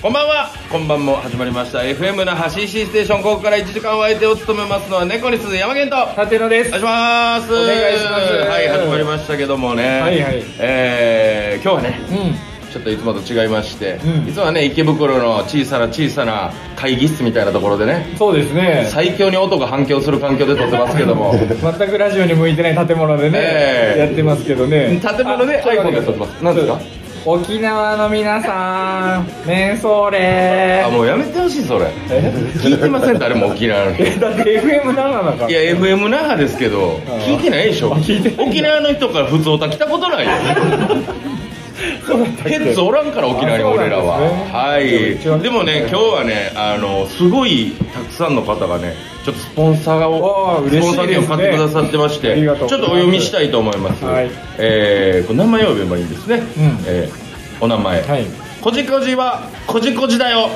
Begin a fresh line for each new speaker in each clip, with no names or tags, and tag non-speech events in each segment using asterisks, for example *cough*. こんばんはこんばんも始まりました FM 那覇 CC ステーションここから1時間お相手を務めますのは猫に鈴山健とお
舘野です
願いしますお
願いします
はい始まりましたけどもね
はいはい
えー、今日はね
うん
ちょっといつもと違いまして、
うん
いつもはね池袋の小さな小さな会議室みたいなところでね
そうですね
最強に音が反響する環境で撮ってますけど
*laughs*
も
全くラジオに向いてない建物でね、
ええ
やってますけどね
建物で
あちょっと待
アイコン
て
が撮ってます何ですか
沖縄の皆さんメンソーレ
あもうやめてほしいそれ
え
聞いてません誰も沖縄の人
えだって FM なのか
いや FM 那覇ですけど聞いてないでしょ
聞いてない
沖縄の人から普通歌来たことないよ
*laughs* そうだったっけ
ヘッツおらんから沖縄に
あそうなん
俺
ですね
らは、
でも一応
はいでもね今日はねあのすごいたくさんの方がねちょっとスポンサー
わあ
をス
嬉
ポン
しい
サー
です
券
ね
を買ってくださってまして
ありがとうご
ち
ざ
ょっ
います
とお読みしたいと思います、
はい
えー、これ名前を呼べばいいんですね、えーお名前、
はい
こじこじはこじこじだよ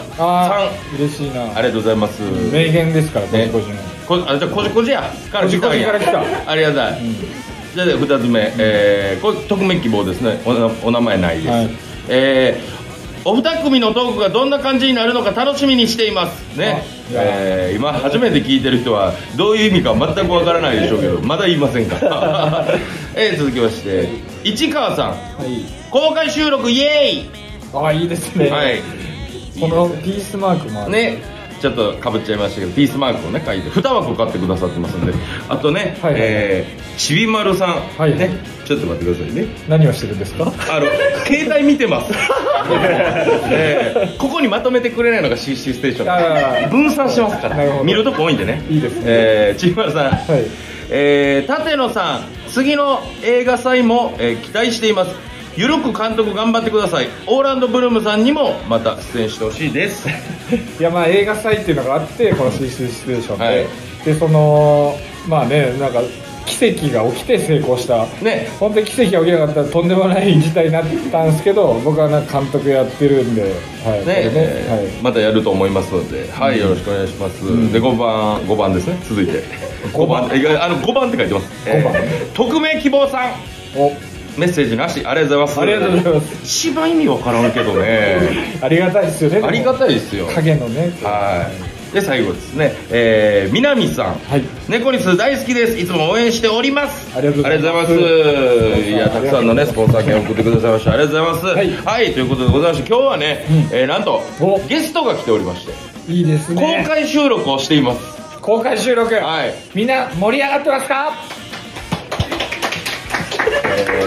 さ
ああ嬉しいなん
ありがとうございます、
名言ですから
ね
個人の
こあじゃあこじこじやから来たんや
こじこじから来
ありがたい、
ん
じゃあ2つ目、えーこれ匿名希望ですねおなお名前ないです、
はい
えーお二組のトークがどんな感じになるのか楽しみにしていますね
あいや
えー今初めて聞いてる人はどういう意味か全くわからないでしょうけどまだ言いませんから
*laughs*
えー続きまして市川さん
はい
公開収録イエ
ああいいです
ー
ね
イはい
このピースマークもある
ねちょっとかぶっちゃいましたけどピースマークをね書いて2枠買ってくださってますんであとね、
はいはい
えーちびまるさん、
はい
ねちょっと待ってくださいね
何をしてるんで
*laughs*
すか
あの携帯見て
*laughs*
ます、えーここにまとめてくれないのが CC ステーシ
あ
ョン
ー
分散してますか
なるほ
ら
ど
見るとこ多いんでね
いいですね
えーちびまるさん、
はい
えー舘野さん次の映画祭も、えー期待していますゆるく監督頑張ってくださいオーランド・ブルームさんにもまた出演してほしい
*laughs*
です
いやまあ映画祭っていうのがあってこの「水水シチュエーションで」
はい
でそのまあねなんか奇跡が起きて成功した
ね
本当に奇跡が起きなかったらとんでもない事態になったんですけど僕はなんか監督やってるんで、はいこれ
ね
はい
またやると思いますので、はい、よろしくお願いします。で、5番、5番ですね、続いて。5番、えあの、5番って書いてます。
5番
えー匿名希望さん、
お
メッセージなし、ありがとうございます。。
ありがとうございます
一番意味わからんけどね、
*laughs* ありがたいですよねでも
ありがたいですよ。
影のね
はい。で、最後ですね、えー、南さん。
はい
猫にす大好きです。いつも応援しております。
ありがとうございます
ありがとうございますいや、たくさんのね、スポンサー券送ってくださいました。ありがとうございます。はい、ということでございまして、今日はね、えーなんと
お、
ゲストが来ておりまして、
いいです
公
ね
開収録をしています。
公開収録、
はい。
みんな盛り上がってますか
ね、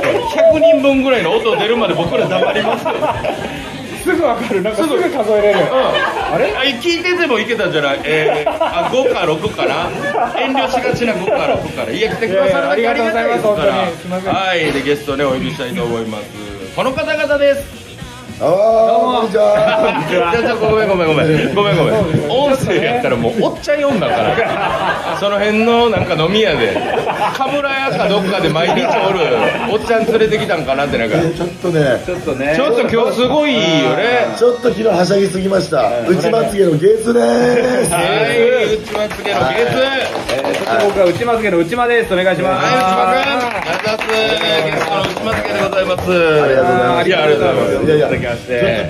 100人分ぐらいの音出るまで僕ら黙りますよ。
すぐわかるなんか
す
す
ぐ
ぐ数えれる、
あ
あれ
聞いててもいけたんじゃない、えー、あ5か6かな遠慮しがちな5か6からいや来てくださるだけありがたいですか
いやいやありがとうございます本当にすいませ
ら
ん
はいでゲストねお呼びしたいと思いますこの方々です
ああ、こんにちは。
*laughs* じゃあじゃあごめんごめんごめんごめんごめ
そうです
ん
ね
音声やったらもうおっちゃん呼んだ *laughs* からその辺のなんか飲み屋で *laughs* カムラ屋かどっかで毎日おるおっちゃん連れてきたんかなってなんか
えーちょっとね、
ちょっとね
ちょっと今日すごいよね
ちょっと昨日はしゃぎすぎました。内まつげのゲーツです。
はい、うちまつげのゲス
僕は内松家の内間ですお願い
はい、内
し
島君。ありがとうございます。ゲストの内松家でご
ます
ざいます。
あ
い
りがとうございます。
や、ありがとうございます。
いやいや、ちょっと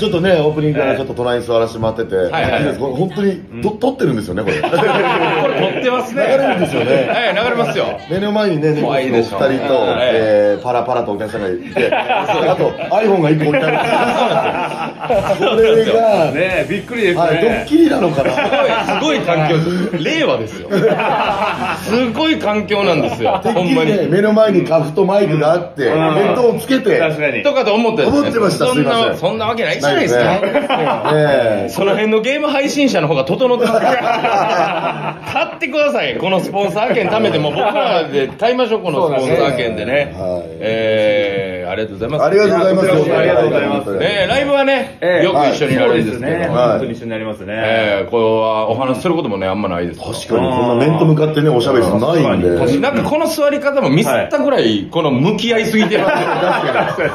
ちょっとね、オープニングからちょっと隣に座らせてもらってて、
はいはい
いいですこれ本当にと撮ってるんですよね、これ。
こ *laughs* れ撮ってますね。
流れるんですよね
はい、流れますよ。
目の前にね、猫のお
怖いで
二
し
人
ょ
と、
はい
えーパラパラとお客さんがいて、あと iPhone が一個置いてある。これが、
ねびっくりです
はい、ドッキリなのかな。
すごい環境です。令和ですよ。すごい環境なん *laughs* ですよ。
てっ
ほ
き
ん
り
ま
ね、
に。
目の前にカフとマイクがあって、ヘッドをつけて、
に
とかと思ったよね
思ってました
そん
すいませ
な、
ん
そんなわけないじゃないですか。
ねえ
その辺のゲーム配信者の方が整ってます。買ってください。このスポンサー券貯めても僕らで買いましょう、このスポンサー券でね
はい。
えー、ありがとうございます。
ありがとうございます。
こちらこそありがとうございます
本当に
ね、ライブはね、
ええ
よく一緒になるんですけど、
ね、
はい
本当に一緒になりますね、
ええこれはお話しすることもね、あんまないです。
確かに、こんな面と向かってね、おしゃべりじゃないんで。
なんかこの座り方もミスったぐらいりこの向き合いすぎてますよ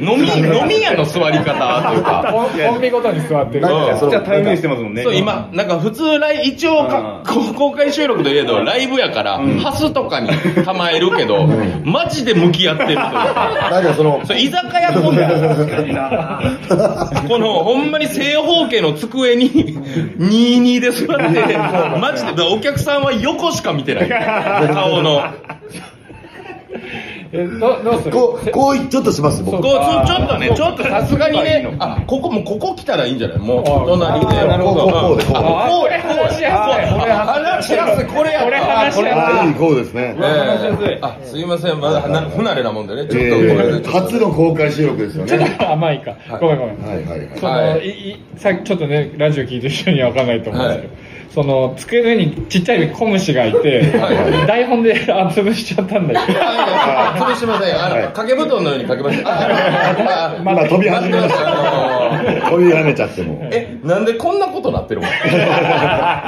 飲み飲み屋の座り方というか
コンコンビごとに座ってる
なんかそう
じゃあ対面してますもんね。
そう今なんか普通来一応かこ公開収録といえどライブやからハスとかに構えるけどマジで向き合ってるというか
なんかその、
それ居酒屋コンビこのほんまに正方形の机に22で座ってマジでお客さんは横しか見てない顔の
えどうどうする
*laughs* こう、こう、ちょっとします、僕。
こうちょちょっとねちょっとさすがにねあここもうここ来たらいいんじゃないもう隣で
あなるほど
こう、こうで、こうで。
あこれ話しやすいこれ
話しやすいこれや
これ話しやすい
ああ、いい、こうですね。
ええあすいませんまだな不慣れなもんでねちょっとごめんなさい
えー
ちょっと
初の公開収録ですよね。
*laughs* 甘いか、ごめんごめん、
はいはいはい。
その、
はい
い、いさちょっとねラジオ聞いてる人には分かんないと思うんですけど、その机の上にちっちゃい小虫がいて、
は
台本であ潰しちゃったんだけど
あいやいや潰してませんよあの掛け布団のように掛けましたあああ
まだ飛び始めまし
あの
た。飛びやめちゃっても。
えなんでこんなことなってるの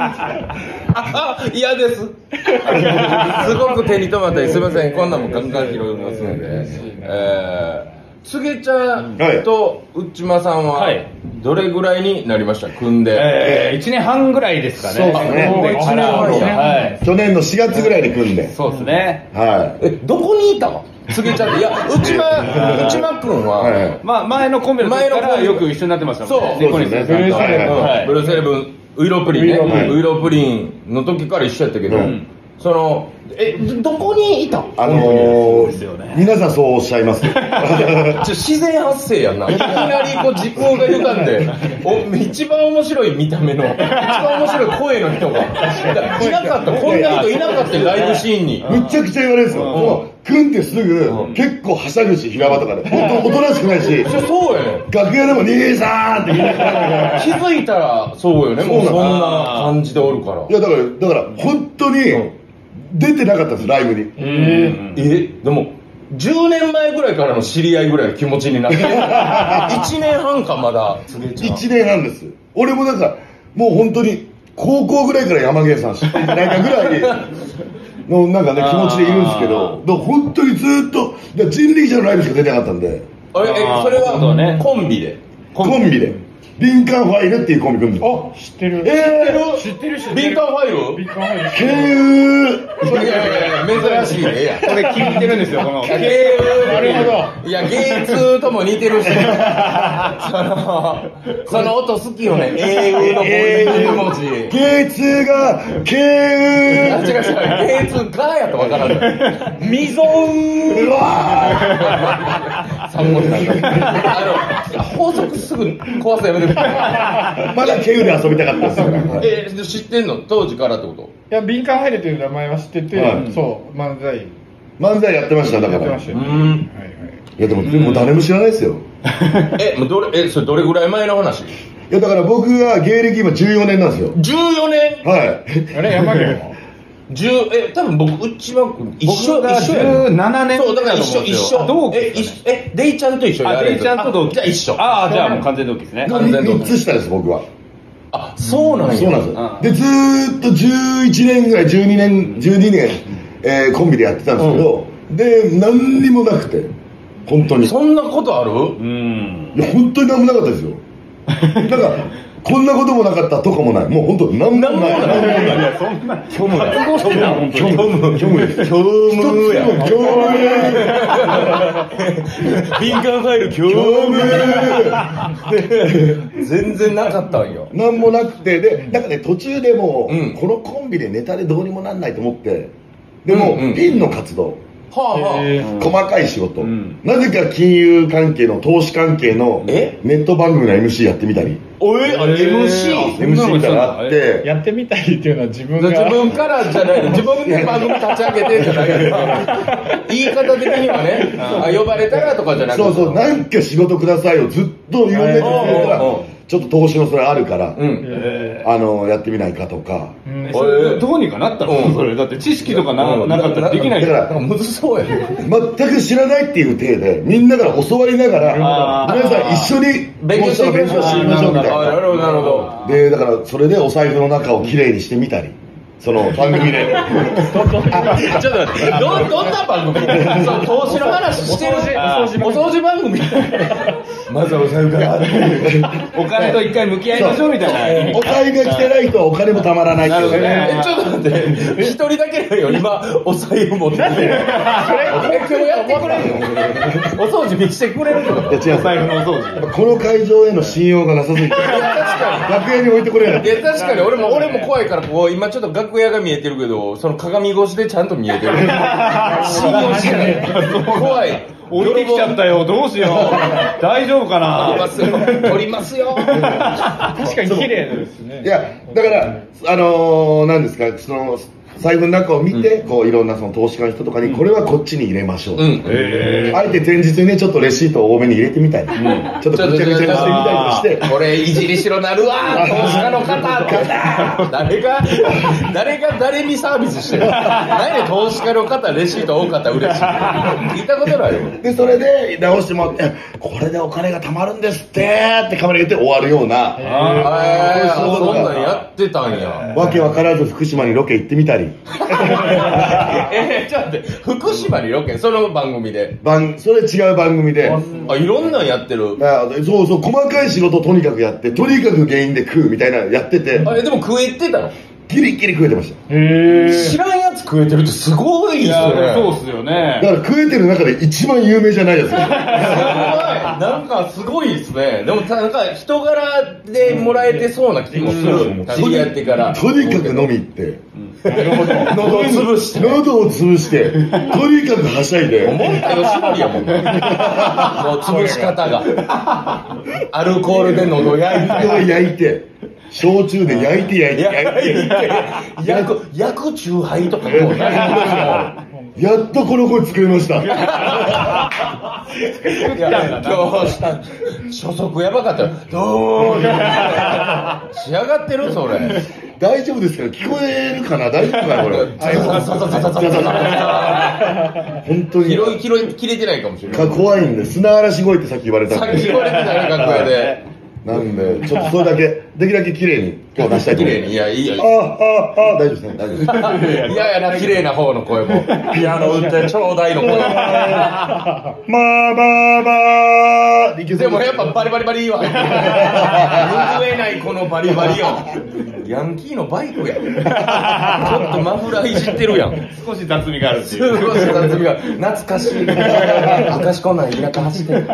ああ嫌ですすごく手に留まったりすいませんこんなんもガンガン拾いますのでえーつげちゃんと内間さんは
はい
どれぐらいになりました組んで、
えー、1年半ぐらいですかね。
そうですね
も
もう一
年半
は
一
い
年半
はい。
去年の4月ぐらいで組んで。
そうですね。
は
えどこにいたのつげちゃんっていや内間内間君は、
い。はい。
まあ、前のコンビの時か
前のコン
ら
ビ
よく一緒になってましたもんね。
そう
ニコニコさんと
そうですね
はい
ブルー
ブルー
ス
は
セレブンウイロプリンね
ウイロプ
リン
ウイロプリンの時から一緒やったけど、
うん
そのえどどこにいた
あのー、皆さんそうおっしゃい *laughs* ます。
ちょ自然発生やんな。いきなりこう時空が歪ん *laughs* で、お一番面白い見た目の、一番面白い声の人が、いなかった、こんな人いなかったよライブシーンに。
むちゃくちゃ言われるんですよ。もう、組んですぐ、結構はしゃぐし、平場とかで。本当おとなしくないし、
そそうやねん。
楽屋でも、兄さんって言いながら
気づいたら、そうよね。もうそんな感じでおるから
い。やだからだから本当に出てなかったんですライブに
え、でも、10年前ぐらいからの知り合いぐらいの気持ちにな
*laughs*
って、1年半かまだ。
1年半です俺もだからもう本当に高校ぐらいから山毛さん知ってないかぐらいのなんかね気持ちでいるんですけどだから本当にずっとだから人力車のライブしか出てなかったんで
あれ、え、それ
そうだ
は
ね
コンビで。
コンビで林間ファイルっていうコンビ組んであ
知ってる
え
知ってる知ってる
敏感ファイル
ビッグマイル
ー、経由
いやいやいや、珍しいね。ええやん
い。これ気に入ってるんですよ、この。
ゲーなど。いや、ゲーツとも似てるし、その、その音好きよね。英語のこういう文字。違
経通が経
う違う、
由
ゲーツがやとわからない。
みぞう
うわ
三文字なんだ。あの、法則すぐ壊すやめてくれ。
ーまだ経由で遊びたかったですよはい
え、で知ってんの当時からってこと
いや敏感入れという名前は知ってて、
はい
そう漫才や
漫才やってましただか
って
ら
ま
い
したよ、
うん。
はいはい
やでもでも誰も知らないですよ
え、もうどれ、え、それどれぐらい前の話
いやだから僕が芸歴今14年なんですよ
?14 年
はい
あれ山毛も
?10、え、多分僕、内間君、一緒、
僕が
一緒やね
17年
そう、だから一緒、一緒。
同期
え、
です
一緒
ね
え、デイちゃんと一緒
あ、デイちゃんと同
あ
期。
じゃあ一緒。
ああ、じゃあもう完全同期ですね。
完全同期
3つ下です僕は
あ、そうなんや。
そうなんですよでずーっと11年ぐらい12年12年、えーコンビでやってたんですけど、で何にもなくて本当にい
そんなことある
うん。
や本当に何もなかったですよなんかこんなこともなかったとかもないもう本当何もない何もない
そんな、虚無だよ。虚無だよ、本当
虚
に。
無虚無です虚無や虚無
敏感ファイル今日全然なかったんよ。
何もなくてでだからね途中でもう、
うん
このコンビでネタでどうにもなんないと思ってでも、
うんうん
ピンの活動
はあはあ。
えー
細かい仕事、
ん
なぜか金融関係の投資関係のネ
え
ット番組の MC やってみたり
おえ、あ、MC?
そんなの
MC みたいなのあって
やってみたいっていうのは自分が
自分からじゃない *laughs* 自分で番組立ち上げてじゃないから言い方的にはねあ呼ばれたらとかじゃなくて
そうそうなんか仕事くださいをずっと言われてたら
うんうんうん
ちょっと投資のそれあるから、
うん
え
あのやってみないかとか
ーうん
おえ
どうにかなった
うん
のそれ。だって知識とかななかったらできない
だか
か。
ら
なんからむずそうやね
全く知らないっていう体でみんなから教わりながら
あー
皆さん一緒に
勉強
投資
して
の
み
勉
まし
強
ょう
してみましょうみたい
あな
な
るほどなるほど
でだからそれでお財布の中をきれいにしてみたりその番組で
ちょっと待って、ど、どんな番組そう、投資の話してるお掃除番組。
まずはお財布から
お金と一回向き合いましょうみたいな。
お財布が来てないとお金もたまらないっていう
え、ちょっと待って、一人だけだよ、今、お財布持ってて。それ、今日やってくれ *laughs* るのお掃除見してくれるの
いや違う
財布のお掃除。
この会場への信用がなさすぎて楽屋に置いてこれない
いや、確かに、俺も、俺も怖いから、こう、今ちょっと楽屋が見えてるけど、その鏡越しでちゃんと見えてる。信用してない。怖 *laughs* い。
置いてきちゃっ
*laughs*
たよ、どうしよう。大丈夫か
取りま
な
すよ。取りますよ。
確かに綺麗ですね。
いや、だから、あのー、なんですか、その、財布の中を見て、こう、いろんなその投資家の人とかに、これはこっちに入れましょう。
うん。
あえて前日にね、ちょっとレシートを多めに入れてみたい。ちょっとぐちゃぐちゃにしてみたりとして。
これいじりしろなるわ投資家の方誰が誰が誰にサービスしてる何で投資家の方レシート多かったら嬉しい聞いたことないよ
で、それで直してもらって、これでお金が貯まるんですってってカメラ言って終わるような、
へえ
そういうこ
そ
と
ん
か
なんやってたんや
わけわからず福島にロケ行ってみたり、
えちょっと待って福島にロケその番組で
番それ違う番組で、
あいろんなんやってる
だからそうそう、細かい仕事をとにかくやって、とにかく原因で食うみたいなのやってて、
あれでも食えてたの
ギリギリ食えてました。
へえ。
知らんやつ食えてるってすごいで
い
す
や、そう
よ
っ
ね
すよね
だ。から食えてる中で一番有名じゃないやつ
なんかすごいですねでもなんか人柄でもらえてそうな気もする知り合ってから
とにかく飲み行って
喉を潰して
喉を潰してとにかくはしゃいで
森田義則やもんね。もう潰し方が。アルコールで喉焼い
人を
て。
焼いて焼酎で焼いて焼いて焼いて
薬、薬中杯とかこうな
やっとこの声作れました
いや、どうした初速やばかったよ。ど *laughs* う仕上がってるそれ。
大丈夫ですけど聞こえるかな大丈夫かなこれ本当に
広い、広い、切れてないかもしれない。
怖いんで砂嵐声ってさっき言われた
さ
ん
っき
で
言われてたよ、楽屋で。
なんでちょっとそれだけできるだけ綺麗に今日出したいと
綺
思い
麗に。いや、いいよ。
ああああ大丈夫で
*laughs*
すね大丈夫です
いややな、綺麗な方の声も。ピアノ打ってちょうだいの声も。
まあまあまあいけそ
で
う
もやっぱバリバリバリは拭えないこのバリバリよヤンキーのバイクやちょっとマフラーいじってるやん
少し雑味があるって
す
いう。
*laughs* ごい雑味が懐かしい昔こんなん田舎走ってる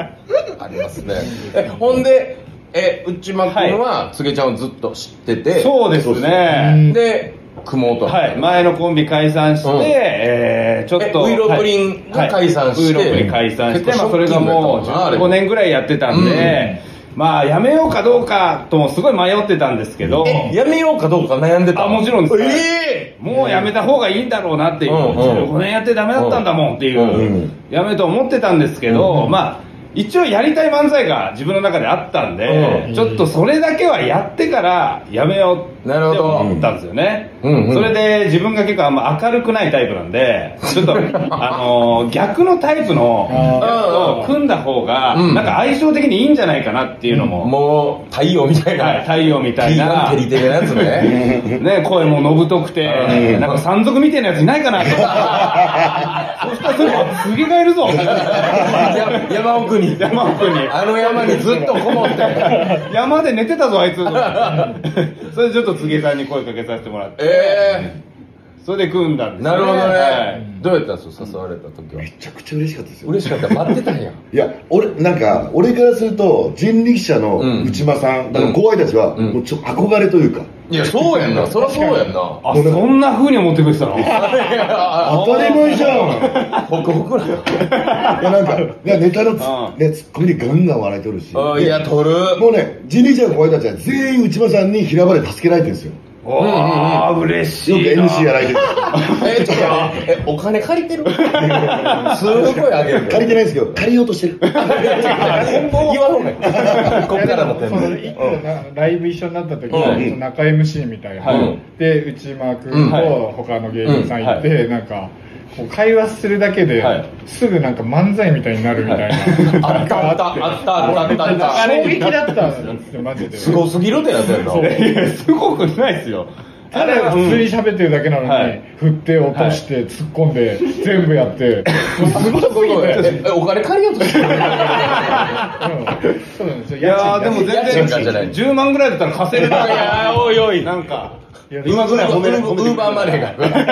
ありますね *laughs* えほんでえ内間君はつげちゃんをずっと知ってて
そうですね。
で組もうと
はい、前のコンビ解散して、
うん
えーちょっと。
えウイロブリンが解散して
はいウイロブリン解散して、
結
ま
構
あ、それがもう
ショッキングやったもんなあれ
5年ぐらいやってたんで、まあ、やめようかどうかともすごい迷ってたんですけど、
えやめようかどうか悩んでた
あもちろんです
え
もうやめた方がいいんだろうなっていう、
うんうん
15年やってダメだったんだもんっていう、
うん
うん
やめと思ってたんですけど、まあ、一応やりたい漫才が自分の中であったんで、
う
ちょっとそれだけはやってからやめようって
なるほど
思ったんですよね。
うんうん
それで自分が結構あんま明るくないタイプなん
*laughs*
で、ちょっと、あのー逆のタイプのやつと組んだ方が、
うん
なんか相性的にいいんじゃないかなっていうのも、
もう太陽みたい
はい
な
太陽みたいな。
ピーマン照り的なやつ
*laughs*
ね *laughs*
ね、声ものぶとくて、なんか山賊みたいなやついな
*laughs*
いかなと。そしたらそれ、あ杉がいるぞ。
や山奥に
山奥に
あの山にずっとこもって
*laughs* 山で寝てたぞ、あいつ。 *laughs* それでちょっと杉さんに声かけさせてもらって、
え
それで組んだん
え
です、
なるほどね、
はい
どうやったんですか誘われた時は
めちゃくちゃ嬉しかったですよ
嬉しかった待ってたんや
いや俺なんか俺からすると人力車
うん
の内間さん、だか
うん
ら後輩たちは、
ん
もうちょっと憧れというか、
いやそうやんなそりゃそうやんな
あ、そんな風に思ってくれてたの *laughs*
あ
当たり前じゃん
ホクホクなんや
いやなんかいやネタのつ、
うん
ね、ツッコミでガンガン笑いとるし
あ *laughs* いや取る
もうね人力車の後輩たちは全員内間さんに平場で助けられてるんですよ
おー、嬉し
よく
いな。
MC やられてる
えちょっとえお金借りてる *laughs* すごいあげる
借りてないですけど借りようとしてる
今後言わんほうがいい *laughs* こっからの
その一個なライブ一緒になった時
う
に、
ん
その中 MC みたいな、
はい
で内間
う
君
んは
と他の芸人さん行って、
うん
なんかこう会話するだけで、
はい
すぐなんか漫才みたいになるみたいな、
あったあったあったあったあったあっ
衝撃だったんですよマジで
たすごすぎるってなったよな
やいや、すごくないですよ。
ただ普通に喋ってるだけなのに、
はい
振って落として突っ込んで、全部やってもうすごい
すごいえお金借りようとしてる
うんそうなんですよ
いやーでも全
家賃がじゃない
然10万ぐらいだったら稼げる
いや
やおいおいなんか
今ぐらい褒めウーバーマネーがウー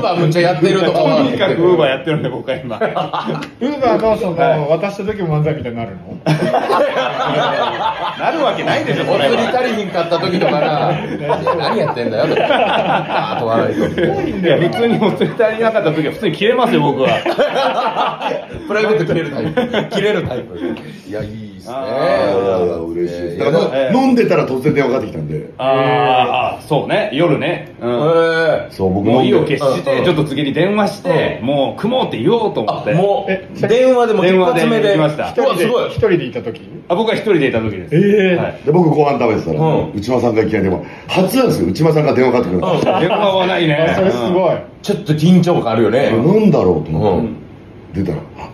バーむっちゃやってるとか
と
は
にかくウーバーやってるんで僕は今
ウーバーのその、
はい
渡した時も漫才みたいになるの
なるわけないでしょ
お
これ
釣り
は
足りひんかった時とかな何やってんだよとかあー問わない *laughs* と
いや普通にお釣り足りなかった時は普通に切れますよ僕は
プライベート切れるタイプ切れるタイプいやいいっすね
や嬉しいですだから、
ええ
飲んでたら突然電話かかってきたんで
あーあーそうね夜ねう
え
ん
ー
そう僕
もう意
飲
を
んで
決し
うんう
て
ん
ちょっと次に電話してもう組もうって言おうと思
あ
って
も
え
う電話でも一
電話で
発目で
行きました
うわすごい
一人でいた時
あ僕は一人でいた時です
ええ
は
で僕ご飯食べてたら、
うん
内間さんがいきなり電話初なんですよ内間さんが電話かかってくる
うん
の、
い電話はないね
あそれすごい、
ちょっと緊張感あるよね
なんだろうと思って、
うん
出たら「あ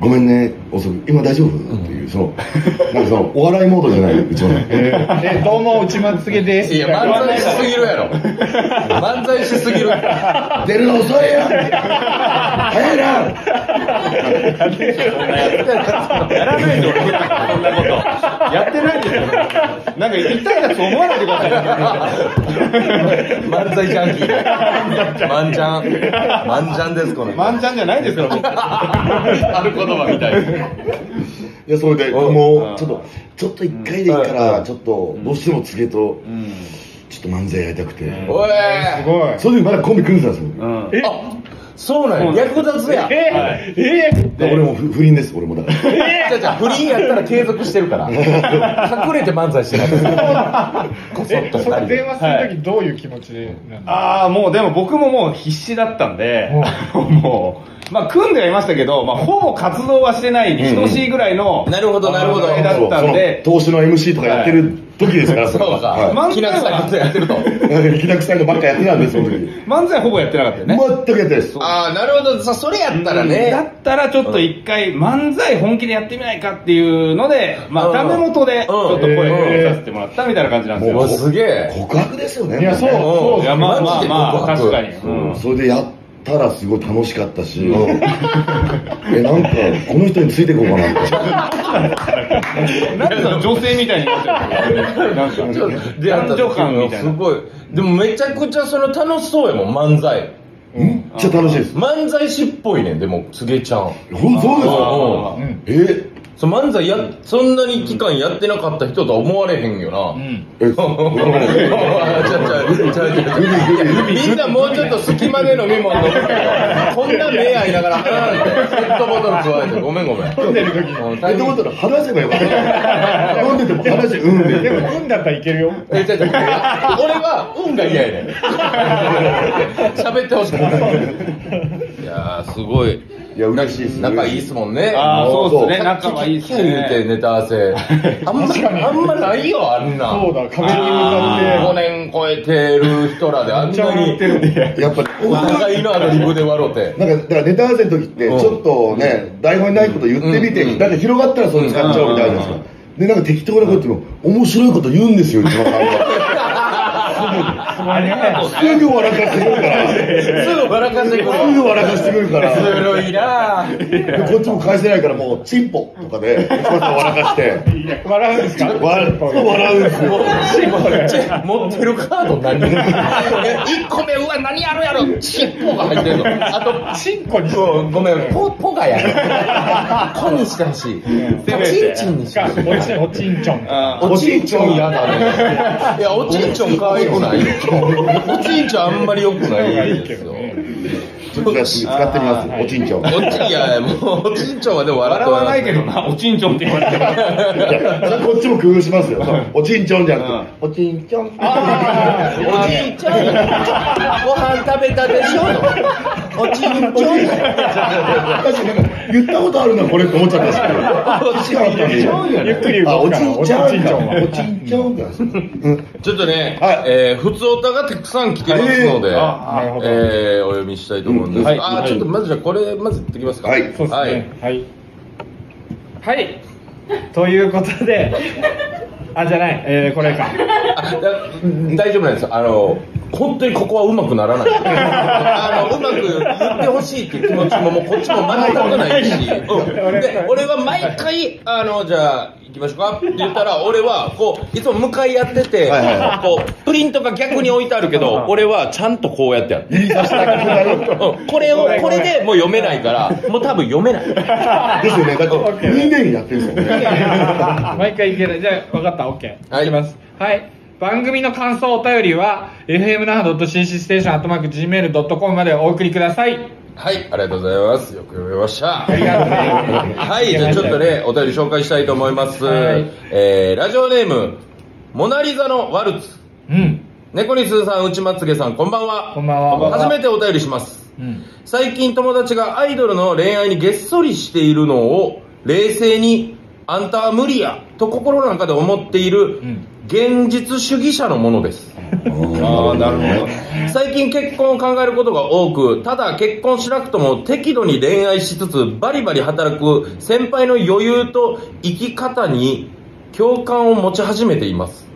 ごめんね遅く今大丈夫?」っていうそのなんかそのお笑いモードじゃない内間さん
えーえどうも内まつげです
いや漫才しすぎるやろ漫才しすぎる
出るの遅いやん早いな
やらないで俺普段そんなことやってないですよなんか一体だと思わないでくだ
漫才ジャンキ
さい
ーマンジャンマンジャンです *laughs* これ
満ちゃんじゃないですから僕
ある言葉みたい
いやそれで
うん
も
うん
うちょっとちょっと一回でいいからちょっとどうしてもつけと
うん
ちょっと漫才やりたくて
おい
すごい
それでまだコンビ組んでたんです
う
よ
ん
え
あそうなんや役立つや
えー
はい
えー
だから俺も不不倫です俺もだから
じゃあじゃあ不倫やったら継続してるから隠れて漫才してないこそっ
え
と
そ
二人
れ電
で
話する時どういう気持ちなんだ、
ああもうでも僕ももう必死だったんで
うん
あの *laughs* もうまあ組んではいましたけど、まあ、ほぼ活動はしてないに等しいぐらいの、
なるほどなるほど
あのだったんで
そうその投資の MC とかやってる時ですから
そうか
は
気な臭いことやってると
い気な臭いのばっかやってたんですその時
漫才ほぼやってなかったよね、
全くやってないです
ああなるほどさそれやったら
だ
ね
ったらちょっと一回漫才本気でやってみないかっていうので、ま
うん
あ、ダメ元でちょっと声をかけさせてもらったみたいな感じなんです
うわ
よ。
すげえ
告白ですよね
いやそう
も
そう
いや、まあま
マ
あ
ジで
まあ、
告白
確かに。
うね
うん
それでやったらすごい楽しかったし、 *laughs* えなんかこの人についていこうかなって
なんか女性みたいになってるなんか、
出会った
男
時
女感みたい
す
な。
ごいでもめちゃくちゃその楽しそうやもん漫才
めっちゃ楽しいです
漫才師っぽいねんでもつげちゃん
本当
あ
そ
うん
うですよ
そう漫才やそんなに期間やってなかった人とは思われへんよな、
うん
えええ
ちゃちゃちゃちゃみんなもうちょっと隙間で飲み物飲むけどこんな目合いながらなんてペットボトル加えてごめんごめん飲んでる時
えと思ったら話せばよかった飲んでても話せうん
で
で
も運だったらいけるよ
えちゃちゃ俺は運が嫌やねん喋ってほしくないいやーすごい
いや嬉しいです
仲いいっすもんね
ああ、
も
そうです
さ
ね。
っき
仲はいいっす
言うて
ね。
ネタ合わせあんまあんまないよあんな
そうだ壁に
5
向かって
年超えてる人らであん
めっちゃ
な
笑
に
ってる
やっぱり
仲いいのアドリブで笑うて
なんかだからネタ合わせの時ってち
うん
ょっとね台本にないこと言ってみ
うんう
て
ん
なんか広がったらそれ使っちゃおうみたいなです
うん
かでなんか適当なこと言っても面白いこと言うんですよ一番最後
ありがとう
すぐ笑かしてくるから
すぐ笑かしてくれ
すぐ
る
笑かしてくるから
ずるいなぁ
でこっちも返せないからもうチンポとかで内村さん笑かして
笑うんですか
笑笑うんですよ
持ってるカード何 ?1 個目、うわ、何やるやろチッポが入ってるの。あと、
チンコに
そうごめん、ポ、ポがやる。コにしてほしい。
せ
お
め
ちん
て
ちんにして
か
ほしい。
おちんおちんちょん
あー
おちんちょん嫌だね。いや、おちんちょん可愛くないおちんちょんあんまり良くないですよ。
ちょっとじゃあ次使ってみますおちんちょん
おちん、いや、もう、おちんちょんはでも笑って
笑
おら
わないけどな、おちんちょんって言われてる。
じゃあこっちも工夫しますよおちんちょんじゃなくておちんちょん
おじいちゃん、ご飯食べたでしょおじいちゃん。
確かになんか言ったことあるなこれって思っちゃったんですけど違ったんですよ
ゆっくり動くから
あおちんちゃんか
おちんちょんは
おちんちょんか
ちょっとね、
はい
えー、普通おたがたくさん来てますので、え
あ
なるほど、
ーお読みしたいと思うんです、
うんはい
あーちょっとまずじゃあこれまず言ってきますか
はい
そうです
はい
ねはい
はい。ということで、あ、じゃない、えー、これか。
あだ大丈夫なんですよあの本当にここはうまくならないあのうまく言ってほしいっていう気持ちももうこっちも全くないし、うんで俺は毎回あのじゃあ行きましょうかって言ったら俺はこういつも向かい合ってて
はいは
こうプリントが逆に置いてあるけど俺はちゃんとこうやってやるうんこれをこれでもう読めないからもう多分読めない
ですよね。だって、2年やってるんですよね。
毎回いけない。じゃあ、分かった、OK。
はい
いきます。はい。番組の感想お便りは、f m n a h c c s t a t i o n g m a i l c o m までお送りください。
はいありがとうございますよく読めました
ありがとうね
はい、じゃあちょっとね、お便り紹介したいと思います。
はい
えー、ラジオネーム、モナリザのワルツ。
うん。
猫にすーさん、内まつげさん、こんばんは。
こんばんは
初めてお便りします。
うん。
最近友達がアイドルの恋愛にげっそりしているのを、冷静に、あんたは無理や、と心の中で思っている
ん、
現実主義者のものです。
ああ、なるほど。 *laughs*
最近結婚を考えることが多くただ結婚しなくとも適度に恋愛しつつバリバリ働く先輩の余裕と生き方に共感を持ち始めています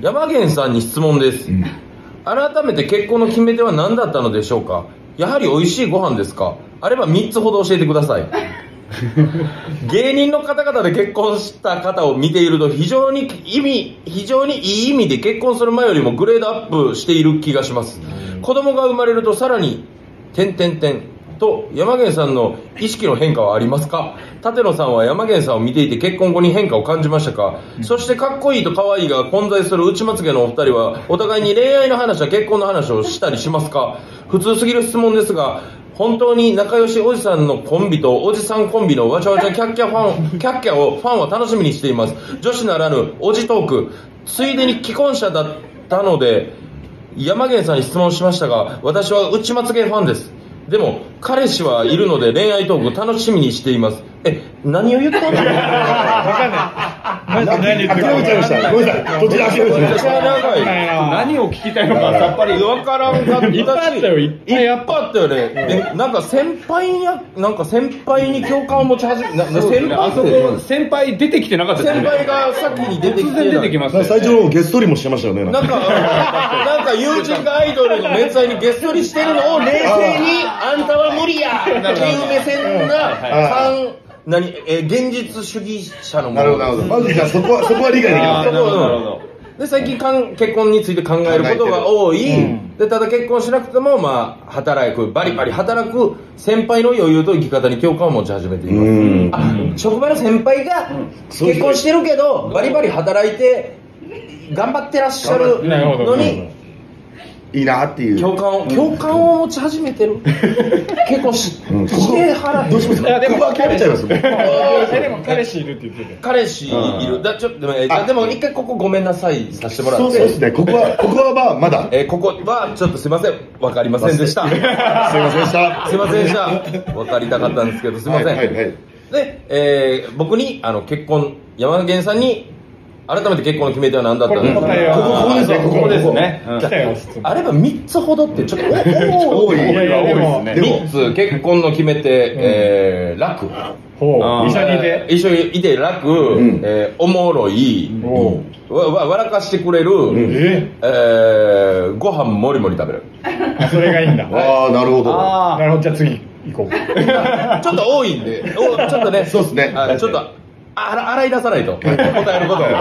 山源さんに質問です、改めて結婚の決め手は何だったのでしょうかやはり美味しいご飯ですかあれば3つほど教えてください芸人の方々で結婚した方を見ていると非常に意味非常にいい意味で結婚する前よりもグレードアップしている気がします子供が生まれるとさらに「点点点」と山源さんの意識の変化はありますか舘野さんは山源さんを見ていて結婚後に変化を感じましたか、そしてかっこいいと可愛いが混在する内まつげのお二人はお互いに恋愛の話や結婚の話をしたりしますか普通すぎる質問ですが本当に仲良しおじさんのコンビとおじさんコンビのわちゃわちゃキャッキャファン、 *laughs* キャッキャをファンは楽しみにしています。女子ならぬおじトーク。ついでに既婚者だったので、山源さんに質問しましたが、私は内まつげファンです。でも、彼氏はいるので恋愛トーク楽しみにしています。え、何を言ったの *laughs*
マジで何言って
諦
るか
めちゃいました。ごめんなさい。途中で諦めちゃいま
め
し
ちゃ
た。
長い。
何を聞きたいのかさっぱり
わからんかったし。いっ
ぱいあったよいっぱいあった
ぱいあったよね。え、なんか先輩や、なんか先輩に共感を持ち始め、なな先輩
あ
っ
そ
て
こ、先輩出てきてなかったです
先
よね。
輩が先に出てき
突然
て
出てきましたよね
最初の方ゲストリもしてましたよね。なんか
なんか、 *laughs* なんか友人がアイドルの連載にげっそりしてるのを冷静に、あんたは無理やっていう目線が、反何、えー、現実主義者のもの。
なるほど、なるほど。まずじゃあそこは、そこは理解でき
あ
ま
あ
す
な
ね。
るほど、なるほど。
で最近かん結婚について考えることが多い、でただ結婚しなくても、まあ、働くバリバリ働く先輩の余裕と生き方に共感を持ち始めています、
うん
あ職場の先輩が
そういう
結婚してるけどバリバリ働いて頑張ってらっしゃる
なるほど
のに
いいなっていう。
共感を共感を持ち始め
*laughs*
てる結婚し
うん
して払ってる
いや、で
こ
も
こ、諦めちゃいますもん。
えでも彼氏いるって言って
彼氏いるだちょっとでもえじゃあでも一回ここごめんなさいさせてもらって
そうですね。ここは、ここはまあ、まだ。
えーここはちょっとすいませんわかりませんでした
すいませんでした。
すいませんでした分かりたかったんですけどすいません、
はいはいはい
で、えー僕にあの結婚山源さんに改めて結婚の決め手は何だったの
これ答えは
ここここですね
ここ
ここですね
ね。うん
た。来たよ、質問。
あれば3つほどってちょっとお
*laughs* 多い。
いやいや、でも、
でも
3つ結婚の決め手、えー楽
ほう
あ、ー
一緒にいて。
一緒にいて楽、
ん
えーおもろい、
おう
わわ笑かしてくれる、
え
えーご飯もりもり食べる
あそれがいいんだ。
ああ、なるほど。
あ
なるほど、じゃあ次行こう。
ちょっと多いんで、おちょっとね、
そうっすね
あちょっとあら洗い出さないと、答えることを。で、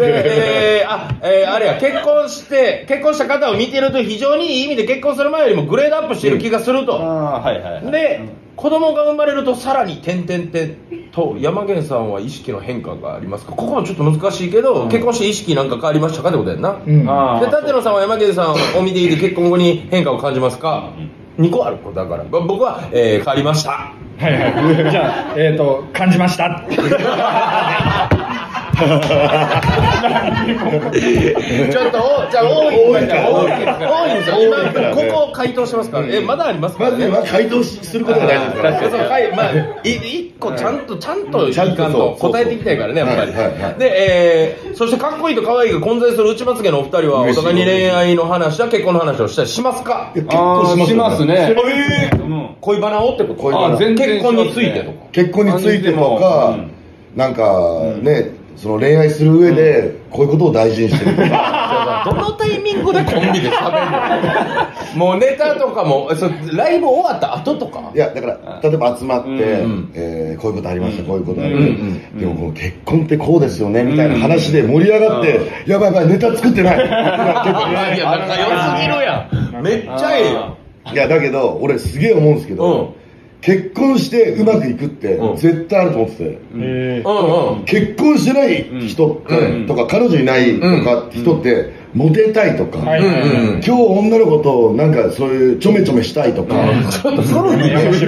えーあ、えーあれや、結婚して、結婚した方を見てると、非常にいい意味で結婚する前よりもグレードアップしてる気がする
あ。
と。
ああ、はいはい。
で、子供が生まれると、さらに、てんてんてんと、山源さんは意識の変化がありますかここもちょっと難しいけど、結婚して意識なんか変わりましたかってことやんな。
うん。
あ
で舘野さんは山毛さんを見ていて結婚後に変化を感じますか2個あるだからぼ僕は、えー変わりました
は
*laughs*
いはい。じゃあ、えっと、感じました。
ちょっとおじゃあ多い
多いから
多い多いんですよ
多いから
今
ね
ここを回答してますから、えまだありますか
ま
ら
ず
ね、
は回答することが大事ですから。
そうはいまあ、い一個ちゃんと、ちゃんと、ちゃん
ちゃんと
と
そう
答えていきたいからね、やっぱり。
はいはいはい
で、えーそしてかっこいいと可愛いが混在する内まつげのお二人は、お
嬉しい
互いに恋愛の話や結婚の話をしたりしますか
いや結
あ
婚し
ー
ます
し
よ
ますね。うん
恋バナをってこと
恋バナ
あ全然結婚についてとか。
結婚についてとか、
うん
なんかね、その恋愛する上でこういうことを大事にしてるとか
ど
*laughs*
のタイミングでコンビで喋るのもうネタとかもそライブ終わった後とか
いやだから例えば集まって、
ん
えーこういうことありました、こういうことあり
うん
ました、でもこう結婚ってこうですよねみたいな話で盛り上がって、やばいやばいネタ作ってない *laughs*
いや仲良すぎるやんめっちゃええやん
いやだけど俺すげえ思うんですけど、結婚してうまくいくって
うん
絶対あると思ってて、
えー
うんうん
結婚してない人って、
うん
とか彼女いないとか人って、モテたいとか、
はい
うんうん
今日女の子となんかそういうちょめちょめしたいとか、
ちょっとソロに言ってみて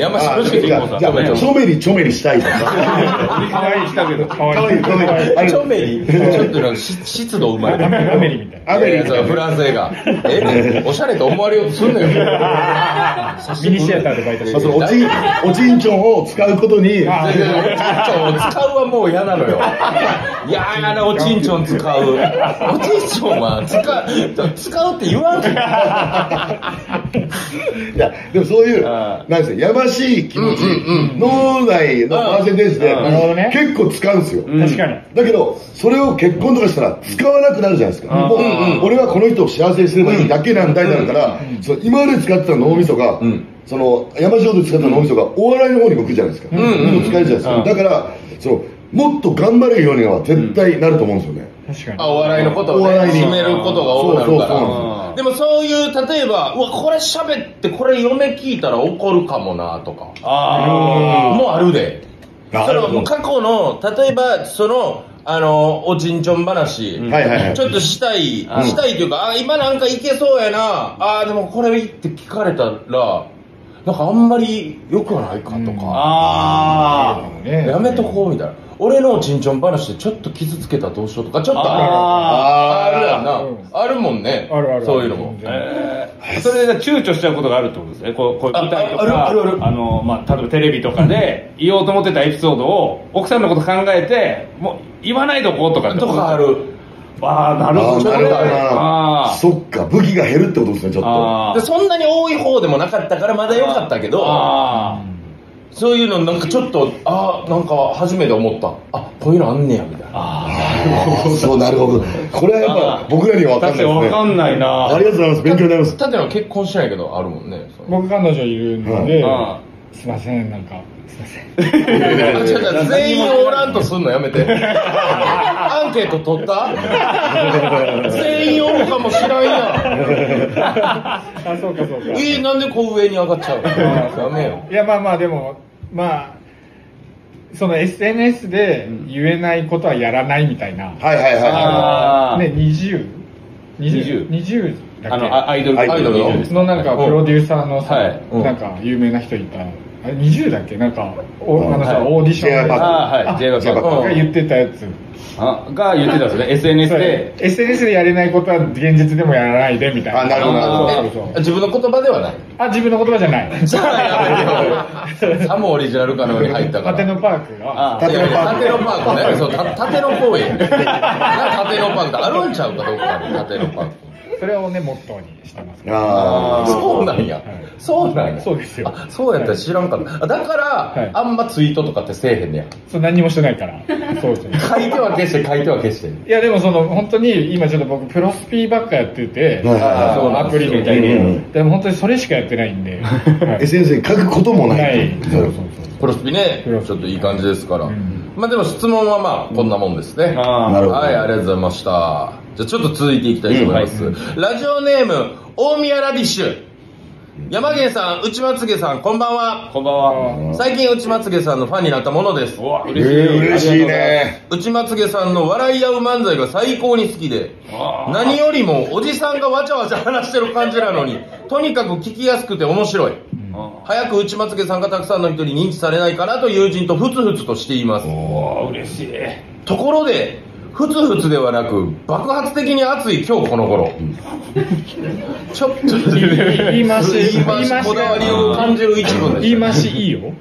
山
あ
城
いやじゃあちょめりちょめりし
*laughs*
たいとか
可愛い来たけど。可
可愛い可愛いあれ
ちょめりちょっとなんかし湿度うまい
アメアメリみたいな。
アメリ
いやいやそうフランス映画えおしゃれと思われようとすんなよ
ミニシアターでバイトし
ま
て
あそのおちんおちんちょんを使うことに
あ
いやいやおちんちょんを使うはもう嫌なのよ。嫌なおちんちょん使う。おちんちょんは使う、使うって言わんけど。
いやでもそういう
あ
なんですよやましい気持ち、
うん
脳内のパーセンテージで、
うん
なるほどね
結構使うんですよ、
確かに。
だけどそれを結婚とかしたら使わなくなるじゃないですか、
うん
もう、
うんうん
俺はこの人を幸せにすればいいだけなんだになるから、その今まで使ってた脳みそが、
ん
その山城で使ってた脳みそがお笑いの方に向くじゃないですか、うん使えるじゃないですか、
うん
だからそのもっと頑張れるようには絶対なると思うんですよね、
確かに。
あお笑いのこと
お
をね
笑いに
決めることが多くなるか
そうそう
そ
ら
う
でもそういう例えばうわこれ喋ってこれ嫁聞いたら怒るかもなとか
あ
もうあるでそ
ある
の過去の例えばそのあのおちんちょん話、
ん
はいはいはい
ちょっとしたい、
うん
したいというか、あ、今なんかいけそうやな、あ、でもこれって聞かれたら、なんかあんまり良くはないかと
あ
か、
あ
もう
や
ね。
めとこうみたいな。俺のおちんちょん話でちょっと傷つけたらどうしようとか、ちょっと
あ
あるやんな、
うん
あるもんね
あるある。
そういうのも
全
ー
然
えーそれで躊躇しちゃうことがあるってことですねこうこういう舞台とか
ああるあるある
あのまあ例えばテレビとかで言おうと思ってたエピソードを奥さんのこと考えてもう言わないとこうとかって
と
こと
かある
ああなる
あ
ほ
あ
ど
なるほど
あ
な
ー
そっか武器が減るってことですねちょっと
あ
で
ー
そんなに多い方でもなかったからまだ良かったけど
あ
そういうのなんかちょっとああなんか初めて思ったあこういうのあんねやみたいな
あーそうなるほどこれはやっぱ僕らには
ー
分かんない
確か
です
にわ
ね
かんないな
ありがとうございます勉強になります
たてのは結婚してないけどあるもんねその
僕彼女いるので
うん、
すいません、なんか、すいません。
あ違う違う全員おらんとすんのやめて
*laughs*
アンケート取った全員おるかもしらんやん
あ、そうかそうか。
えなんでこう上に上がっちゃうのや
*laughs*
めよ
いやまあまあでもまあその SNS で言えないことはやらないみたいな、ね
はいはいはいは
あー
2020 20,
20
20だっけ
あのあアイドル
アイドルの
アです
のなんかプロデューサーのさ、
うん
なんか有名な人いたあれ20だっけなんかお、
うん
あのさ、
はい
オーディションで
J-PAC
あーはい
あ
j
ジェイ
p
パッ
a c
ク
が言ってたやつ
が言ってたんですね SNS
そ
で
れ SNS でやれないことは現実でもやらないでみたいな
あなるほどなる
う
ほ
そ
ど
うそうそう
え自分の言葉では
*laughs*
ない
あ自分の言葉じゃな
*laughs*
い
じ
*laughs*
ゃあやめよさもオリジナルかのように入った
*laughs*
から
縦のパークが
あ
いやいや
縦
縦の
の
パークね。そう、た縦の公
*laughs*
園。なんか縦のパークってあるんちゃうかどうかに縦のパーク。
それをねモットーにしてます
いあ
ー
そうなんや。そうなんや。
そうですよ
あそうやったら知らんかった。あだから、
はい
あんまツイートとかってせえへんねや。
そう何にもしてな
*laughs*
いからそうそう
書いては消して、書いては消して。
いやでもその本当に今ちょっと僕プロスピーばっかやってて、
はいはい
そのアプリみたい
うんう
に
ん
でも本当にそれしかやってない
*laughs*
んで、はい
SNS に書くことも
い、な
ないい
そうそうそう
プロスピね、
プロス
ち
ピ
ょっといい感じですから。
ん
まあでも質問はまあ、こんなもんですね。
あー
なるほど
はい、ありがとうございました。じゃあちょっと続いていきたいと思います。ラジオネーム、大宮ラディッシュ。山源さん、内まつげさん、こんばんは。
こんばんは
最近内まつげさんのファンになったものです
うわ
え
嬉しい
ー嬉しいね
内まつげさんの笑い合う漫才が最高に好きで
あー
何よりもおじさんがわちゃわちゃ話してる感じなのにとにかく聞きやすくて面白い
あ
早く内まつげさんがたくさんの人に認知されないかなと友人とふつふつとしています
ーおー嬉しい
ところでふつふつではなく爆発的に熱い今日この頃ちょっと
言い回し
言い回し
言い回しが
こだわりを感じる一文です
言い回しいいよ、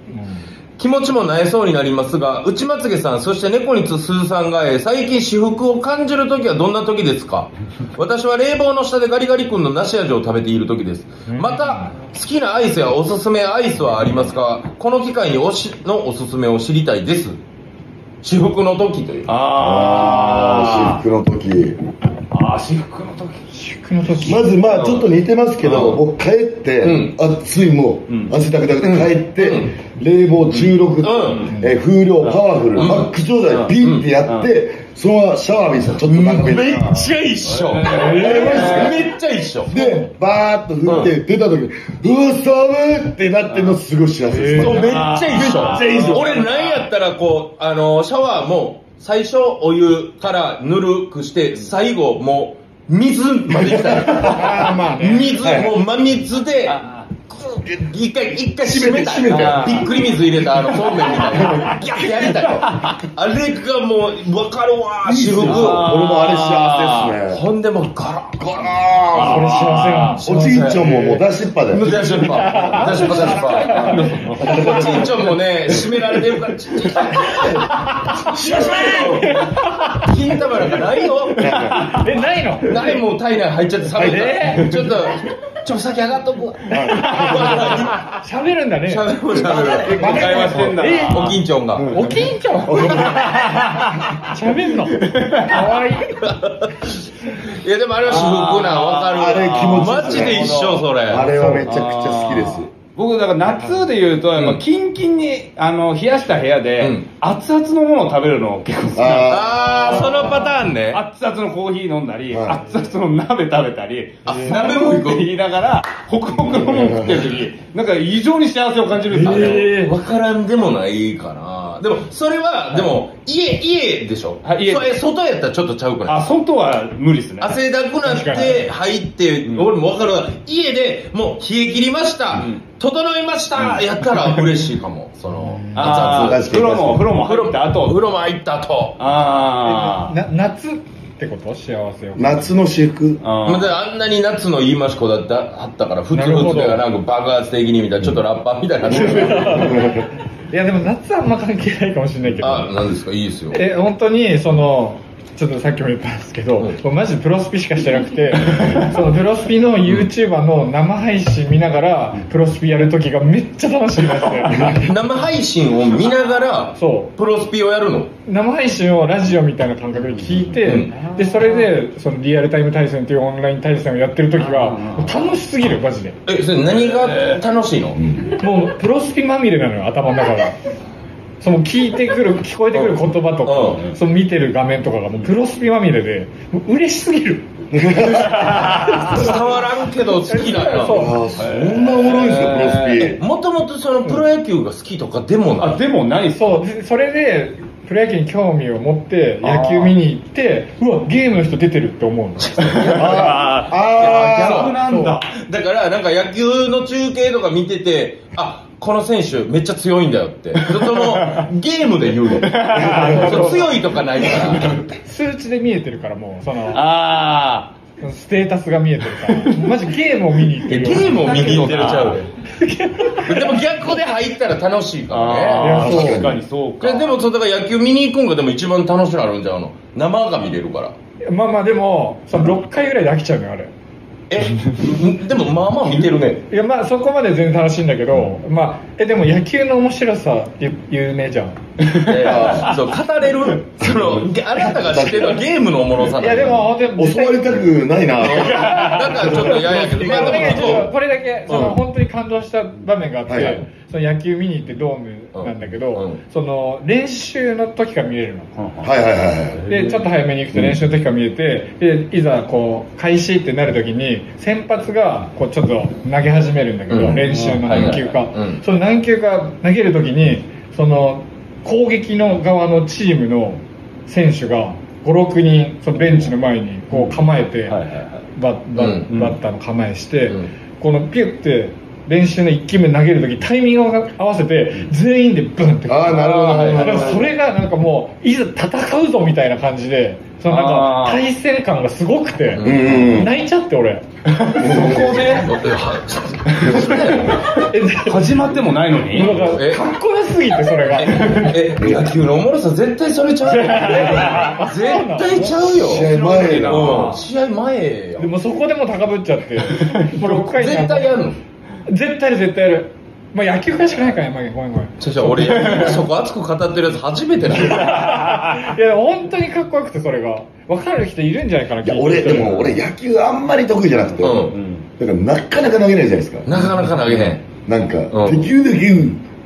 気持ちも萎えそうになりますが、内まつげさん、そして猫につすずさんが、えー最近私服を感じるときはどんなときですか私は冷房の下でガリガリ君の梨味を食べているときです。また、好きなアイスやおすすめアイスはありますかこの機会におしのおすすめを知りたいです。私服の時というか
ああ
あ
私服の時
あああ私服の時
宿の時
まずまあちょっと似てますけど、僕帰って、
うん
暑いもう、
ん
汗だくだくで帰って、冷房16度、
うん
えー風量パワフル、マックス状態でピンってやって、そのままシャワー浴びてたちょっと長めに
めっちゃ一緒めっちゃ一緒
でバーッと振って出た時に、うわ寒いってなってるのすごい幸せです、
そうめっちゃ一緒俺なんやったらこうあのシャワーも最初お湯からぬるくして最後もう水まで行き
*laughs*
たい水もう真水で一回一回締めたい
締めて
びっくり水入れたあの
*laughs*
そうめんみたいなギャッてやりたいあれがもう分かるわ
いいっす
渋
よ
く
俺もあれ幸せっすね
ほんでもうガラッ
ガ
俺
ラーン
幸せや
おちんちょんももう出しっぱで
出しっぱ出しっぱ出しっぱおちんちょんもね締められてるからちっちゃいしましま金玉なんかないよ
えないの
ないもう体内入っちゃって寒いからちょっとちょっと先上がっと
*laughs*
くわ
喋るんだね
しゃべるしゃべる
バカにしてんだな
えおきんちょんが
お緊張喋んのかわいい
いやでもあれは私服なんわかるわ
あれ気持ちいい
マジで一緒それ
あれはめちゃくちゃ好きです
僕だから夏で言うとやっぱキンキンにあの冷やした部屋で、
うん
熱々のものを食べるの結構好きなんで
あ
ああそのパターンね
す熱々のコーヒー飲んだり、
は
熱々の鍋食べたり
あ
鍋もって言いながらホクホクのもの食ってる時なんか異常に幸せを感じるんですよ、
わからんでもないかなでもそれは、でも家家でしょ、
はい家
それ外やったらちょっとちゃうくない
あ外は無理ですね
汗だくなっ
確か
て入って、俺も分かるわ家でもう冷え切りました、整いました、やったら嬉しいかもその
*laughs* あー
熱々
風呂も風呂も入った
お
後
風呂も入った後
あー
な夏ってこと幸せを
ー夏の私服
ま
あー
あ、だあんなに夏の言いましこだってあったからふつふつがなんか爆発的にみたいなちょっとラッパーみたいな
*laughs*
いやでも夏はあんま関係ないかもしれないけ
あ
ど
なんですかいいですよ
え本当にそのちょっとさっきも言ったんですけど、もうマジでプロスピしかしてなく
*laughs*
てそのプロスピの YouTuber の生配信見ながらプロスピやる時がめっちゃ楽しいんで
*laughs*
すよ
生配信を見ながら
そう
プロスピをやるの
生配信をラジオみたいな感覚で聞いて、でそれでそのリアルタイム対戦っていうオンライン対戦をやってる時が楽しすぎるマジで
えそれ何が楽しいの、
もうプロスピまみれなのよ頭の中がその聞いてくる聞こえてくる言葉とか、
うん
その見てる画面とかがもうプロスピまみれでもう嬉しすぎる
伝わらんけど好きなんだ
そう
ああそんなおもろいんすかプロス
もともとそのプロ野球が好きとかでもない、
あでもないっす
そうでそれでプロ野球に興味を持って野球見に行ってうわゲームの人出てるって思うの *laughs*
ピあーあー
逆なんだ
だからなんか野球の中継とか見ててあこの選手めっちゃ強いんだよってそれともゲームで言うのそう強いとかないから
数値で見えてるからもうその
あ
ステータスが見えてるからマジゲームを見に行って
え
る
ゲームを見に行ってるちゃうでも逆で入ったら楽しい
ー
からね
あ
いや
ー
そう
確かにそうか
ででもそうだから野球見に行くんがでも一番楽しくなるんじゃうの生が見れるから
まあまあでもその6回ぐらいで飽きちゃうのよあれ
えんでもまあまあ見てるね
いやまあそこまで全然楽しいんだけど、まあえでも野球の面白さゆ有名じゃん
えーそう語れるそのげあなたが知ってるのはゲームのおもろさなん
い
だ
やでもでも
襲われたくないな
なんかちょっと嫌やけど
い
ま
や
あ
これ
でもそう
これだけその、
うん
本当に感動した場面があって、
はいはい
その野球見に行ってドームなんだけど、
うんうん
その練習の時から見れるの、
はいはいはいはい
でちょっと早めに行くと練習の時から見えて、でいざこう開始ってなる時に先発がこうちょっと投げ始めるんだけど、
うん
練習の何球か、
はいはいはいうん
その何球か投げる時にその攻撃の側のチームの選手が56人そのベンチの前にこう構えて、
はいはいはい
バッバッ
うん
バッターの構えして、
うん
このピュって練習の1球目投げる時タイミングを合わせて全員でブンって
ああなるほどはいはい
でも
はい
それがなんかもういざ戦うぞみたいな感じでそのなん
あ
か
ー
対戦感がすごくて
うんうんうん
泣いちゃって俺
そこで
えで
始まってもないのに
なん
え
かかっこよすぎてそれが
え野球のおもろさ絶対それちゃうよ絶対ちゃうよ
試合前な
うん試合前や
でもそこでもう高ぶっちゃってもう6回に
絶対やるの
絶対やる絶対やるまあ野球詳しくないから、山毛、ごめんごめん。
ちょちょ、俺、そこ熱く語ってるやつ初めてだよ。
いや、本当にかっこよくて、それが。わかる人いるんじゃないかな、
いや、俺、でも俺野球あんまり得意じゃなくて、
うん
だからなかなか投げないじゃないですか。
なかなか投げへん。
なんか、
うん
できるだけ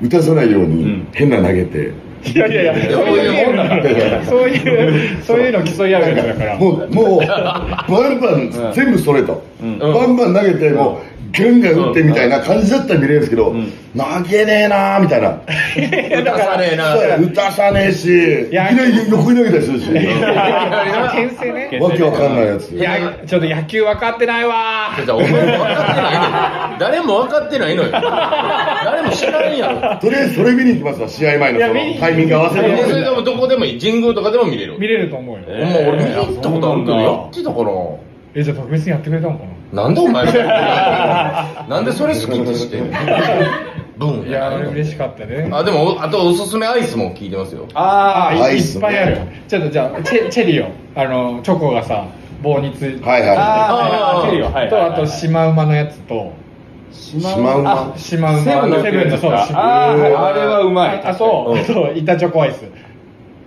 打たさないように変な投げて、
いやいやいや、そういうもんだから。そういう、そういうの競い合うやつだから。
もう、もう、バンバン全部それと、バンバン投げて、もう、ガンガン打ってみたいな感じだったら見れるんですけど、投げねえなーみたいな。
打たさねえな。
打たさねえし、いきなり横に投げたりするし、わ
牽制ね。
けわかんないやつ。
いや、ちょっと野球分かってないわ
ちょちょお前も分かってないのよ。誰も分かってないのよ。誰も知らんやろ。
とりあえずそれ見に行きますわ、試合前のその
いや見に
タイミング合わせ
それ
て。
でもどこでもいい。神宮とかでも見れる。
見れると思うよ。
ほんま俺見に行ったことあるけど、
えー
やってたかな。
え、じゃあ特別にやってくれたのかな
なんでお前みたいな。なんでそれ好きってしてんのブーン
いや、俺嬉しかったね。
あ、でも、あとおすすめアイスも聞いてますよ。
あ
ア
あ、い
イ
い
ス
っぱいある。ちょっとじゃあ、チェチェリオ。あの、チョコがさ、棒について。
はいは
あー
あー
チェリオはい
と、あ
はい
と、シマウマのやつと、
い。シマウマ
あ。
シマウマ
セブンの
セブンの、そう、
やつ
シ
か
マ
あ
ウマ
ーあれはうまい
ああと、あと、板チョコアイス。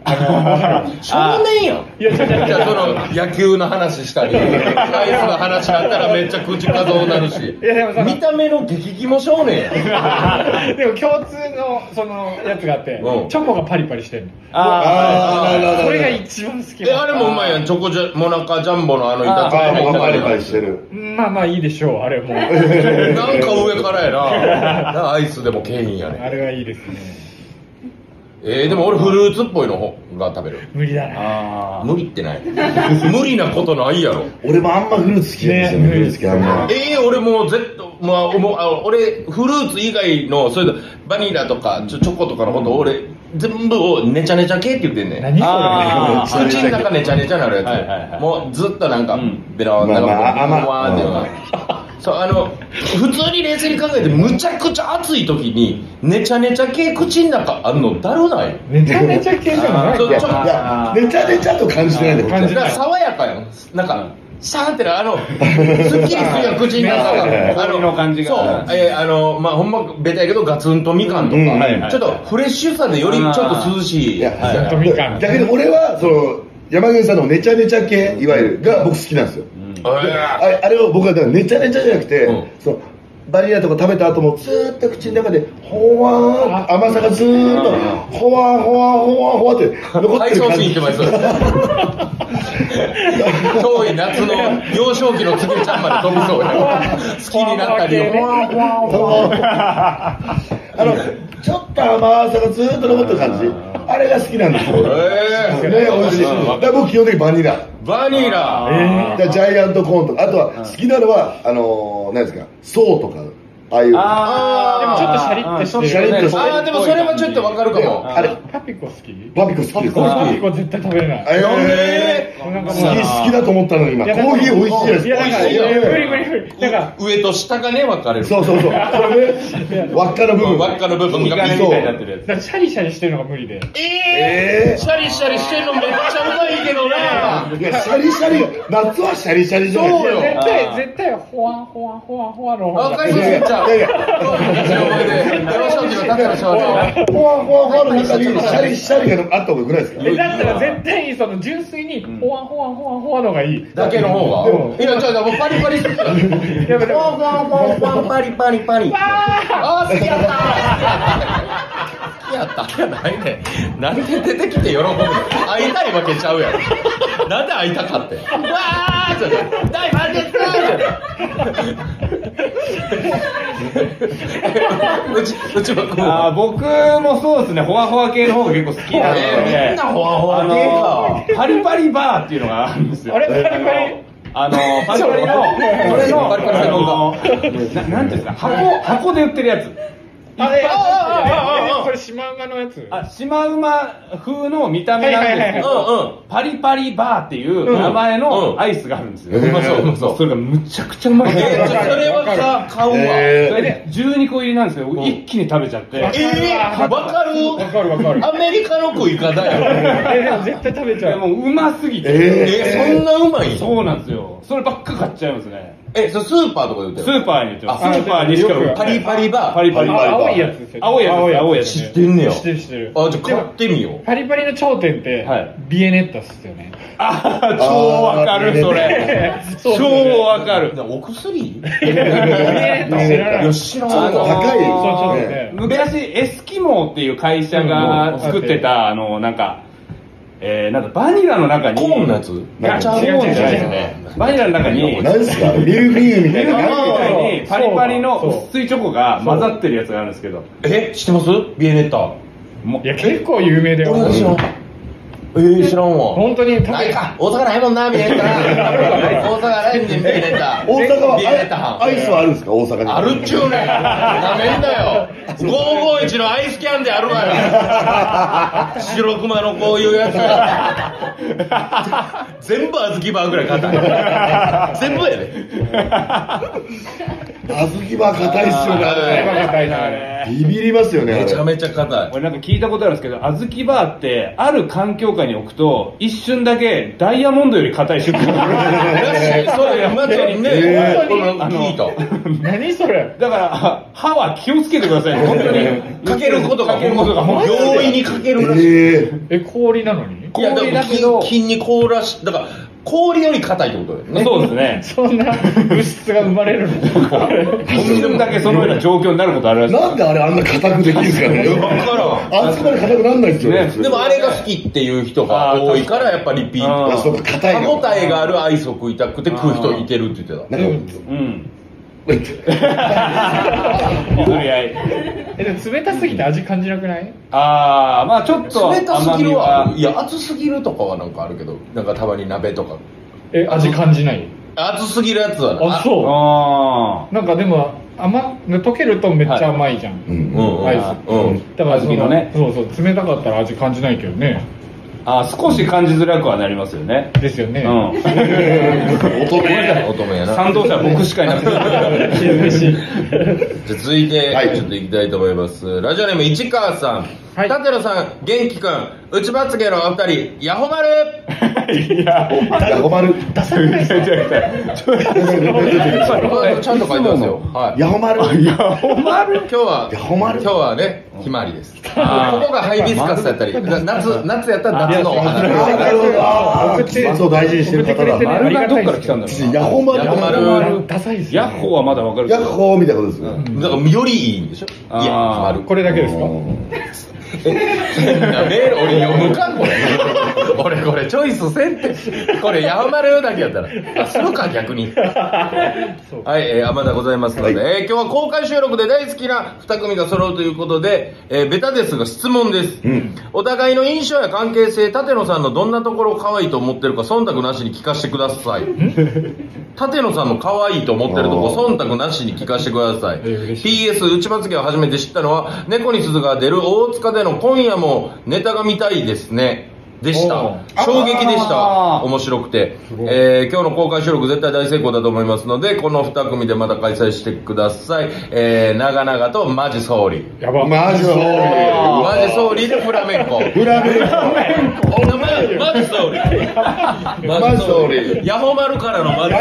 あの、わかる
少年やん。
いや、ちょっと
じゃあその野球の話したり、アイスの話あったらめっちゃ口数多なるし
いやでもさ、
見た目の激キモ少年やん。
でも共通のそのやつがあって、
うん
チョコがパリパリしてるの
あーなるほど
これが一番好き
え、あれもうまいやん。チョコジャ、モナカジャンボのあの板チョコ
あ
の
もう
板
パ
チ
リ
ョコ
パリしてる。
まあまあいいでしょうあれもあ
なんか上からやな。なアイスでもケインやね。
れはいいですね
えー、でも俺フルーツっぽいの方が食べる。
無理だな
あ
無理ってない。無理なことないやろ。
俺もあんまフルーツ好きなんですよね、
ね
フルーツ好きあんま。
えー、俺もう絶対、まあ、もうあ俺、フルーツ以外の、それとバニラとかチョチョコとかのこと、俺、全部をネチャネチャ系って言ってんねん。
何それ
あ
口の中ねちゃねちゃなるやつ、
はいはいはい
もうずっとなんか、
ん
ベロンベ
まあ
ロンベロン
まあ
わーって
甘い
そうあの普通に冷静に考えてむちゃくちゃ暑い時にねちゃねちゃ系口の中あんのだるない
めちゃめちゃ系じゃない
そうちょっと
いや、ネチャネチャと感じてないで、こっち
感
だ
じ
か
な
ら
い
爽やかやんなんかシャーってなあのすっきりするやん口の中
ね
があ
氷の感じが
そうえーあのまあほんまベタやけどガツンとみかんと
うんはい
は
か
い
ちょっとフレッシュさでよりちょっと涼しい
いや、
はい
ちょっとみかん
逆に俺は、その、山口さんのネチャネチャ系、いわゆる、が僕好きなんですよ。あ
え
れあれを僕は、だからネチャネチャじゃなくて、
うん
そのバニラとか食べた後もずーっと口の中で、ほわーん、甘さがずーっと、ほわーほわーほわーほわーって
ー
残っ
配
てる
送
感
シーン
じ
って。ます遠い夏の幼少期のつけちゃんまで飛ぶそうや好きになったりよ
*laughs* あの、ちょっと甘さがずーっと残ってる感じ。あれが好きなんですよ。
え
ね、美味しい。だから僕基本的にバニ
ー、
ラ。
バニラ
だからジャイアントコーンとか、あとは好きなのは、あのー、何ですか、そうとか、ああいう。
でもちょっとシャリッとしてる
シャリッとしてる
あーでもそれはちょっとわかるか
で
も
あれ、
パピコ好き
バビコ好きです。
パ
あ
ピコ絶対食べれない
え
え
なん
好
か
き
もう
好きだと思ったのに今、
い
コ
やだから
ーヒー美味しいじゃない
いやだか
美味しいよ
ら無理
ですか。
無理無理だから
ー、上と下がね分かれる
そうそうそう。これね、輪っかの部分。
輪っかの部分
あ
が
金みたいになってるや
だからシャリシャリしてるのが無理で
えー、シャリシャリしてんのめっちゃうまいけどない
や、シャリシャリが、夏はシャリシャリじゃない
そうよ
絶対絶対ホワンホワンホワンホワンの方
あ
が
かりそうすぎちゃう
いやいや
幼少期のただの少女
ほわほわほわの中にシャリシャリがあった方がぐらいですか
えだったら絶対にその純粋にホワンホワンホワンホワンの方がいい
だけの方
う
がいやちょっともうパリパリ好きだ
やっぱでも
パリパリパリあー好きやった好きやったじゃないねんなんで出てきて喜ぶの会いたいわけちゃうやろなんで会いたかってわーじゃない大ファンですじゃないうちうちはこう
あー僕もそうですね、ホワホワ系の方が結構好きなん
えーみ
で
んな、ほわほ
あ
わ系
の
か
ー、パリパリバーっていうのがあるんですよ。
あれパリパリ
あのー、パリパリの、これの、
パリパリ
あ
専
の
門
ー、ななんていうんですか、箱、箱で売ってるやつ。
あえ
あああああ
それシマウマのやつ
あ、シマウマ風の見た目なんですけ
はい
ど、パリパリバーっていう名前のアイスがあるんですよ。
うんうんうまそううまそう
それがむちゃくちゃうまい。
うんうんえーちょそれはさ買うわえ
え
それで12個入りなんですけど、一気に食べちゃって。
ーわかる
わかるわかる
アメリカの食い方やろ
えでも絶対食べち
で
ゃう
もううますぎて、
え
えそんなうまい
そうなんですよそればっか買っちゃいますね
え、それスーパーとかで売ってる
スーパーに売ってます。ス
あ
ーパーにしか売って
パリパリバー。
パリパリ
パリパリ
バ
青いやつですよね
青いやつ青いやつ
ね
知ってんねや
知ってる知ってる
あ、じゃあ買ってみよう。
パリパリの頂点って、
はい
ビエネッタっすよね
あー超わかる、それ。
そうそう
超わかる。
お薬い
ビエネッタ知らない
や、知らん
ちょっと高い
あ
そ
のー
うちょっとね
ね
昔、エスキモーっていう会社が作ってた、あの、なんか、えー、なんかバニラの中に、
コーンのやつ
ガチャ
違う違う違う
コーンじゃないですね。バニラの中に、
何すかミルフィーユみたいな
バニラの
感
中にパリパリ
そ
の
う
薄いチョコが混ざってるやつがあるんですけど、
え、知ってますビエネッタ。
もう
いや結構有名だよ
俺が知らん。えー、知らんわ。
本当に食べ
ないか大阪ないもんな、ビエネッタ。大阪ないんで、ビエネッタ。
大阪
ビエネッタ
は
班
アイアイスはあるんですか大阪に
あるっちゅうねん。なめんなよ。551のアイスキャンであるわよ。白熊のこういうやつ。全部小豆バーぐらい硬い。全部やで。
小豆は硬いっすよ
れば
ね
硬いなあれ
ビビりますよねあれ
めちゃめちゃ硬い。
俺なんか聞いたことあるんですけど、小豆バーって、ある環境下に置くと、一瞬だけダイヤモンドより硬い瞬間がある。
らしい、そうや、まさにね、
え
これ *laughs* 聞いた。
何それ
だから、歯は気をつけてくださいね、本当
か
に。
けることが、
かけることが
もう容易にかけるらしい。
ええ
え氷なのに
いや、で
氷
も
だけど
筋筋に凍らし、だから、氷より硬いってことだよね。
そうですね。
そんな物質が生まれるの
一瞬だけそのような状況になることあるらしい。
なんであれあんな硬くできるんですかね
から
あんそこまで硬くなんないっすよね
ね
普通
でもあれが好きっていう人が多いからやっぱリピー
あ
ト
ー
あそうか硬い
歯
の
応えがあるアイスを食いたくて食う人いてるって言ってた
なんか
うん。
こうやって
譲り合い。
えでも冷たすぎて味感じなくない
ああ、まあちょっと
冷たす
甘
ぎ
み
る
は
は。いや熱すぎるとかはなんかあるけどなんかたまに鍋とか
え味感じない
熱すぎるやつはな
あそ
あ
うなんかでも甘溶けるとめっちゃ甘いじゃん、
うん
うんうん
アイ
ス
うん
だから
小
そ
豆
の
のね
そうそう冷たかったら味感じないけどね
ーあー、少し感じづらくはなりますよね。
ですよ
う
ね、
ん。
乙女
乙女やな
賛同者は僕しかいなくて。
じゃあ続いて、
はい
ちょっといきたいと思いますラジオネーム市川さん
はい
舘野さん元気くん内まつげのお二人ヤホマル
いや、お前。
ヤホマル
ちゃんと書いてますよはい
ヤホマルヤ
お前る
今日は、
いやほんまに
今日はね、ひまわり *laughs* です。ここ
あー
がハイビスカスだったり、な夏、夏やったら夏のお花
あーなるほどあー
送って
松を大事にしてる方
送
だ
ってくれて
あ
る
れがどっから来たんだろうな。
ヤホマル
ヤホマル
ダサいですよ
ヤッホーはまだわかるけ
ヤ
ど
ッホーみたいなことですね
だから、よりいいんでしょいや、
あー
ひまわる。
これだけですか
なメール俺読むかこれ。俺これチョイスせんって。これ、ヤホマルだけやったら。あ、するか、逆に。はい、えー、あまだございますので、えー今日は公開収録で大好きな2組が揃うということで、えーベタですが質問です、お互いの印象や関係性舘野さんのどんなところを可愛いと思ってるか忖度なしに聞かせてください舘野さんの可愛いと思ってるとこ忖度なしに聞かせてください PS 内まつげを初めて知ったのは猫に鈴が出る大塚での今夜もネタが見たいですねでし
お
た衝撃でした面白くて、えー今日の公開収録絶対大成功だと思いますのでこの2組でまた開催してください、えー、長々とマジ総理
やば
マジそう
マジ総理でフラメンコ
フラメンコ
お名前マジ総理
マジ総理
ヤホマルからのマジ総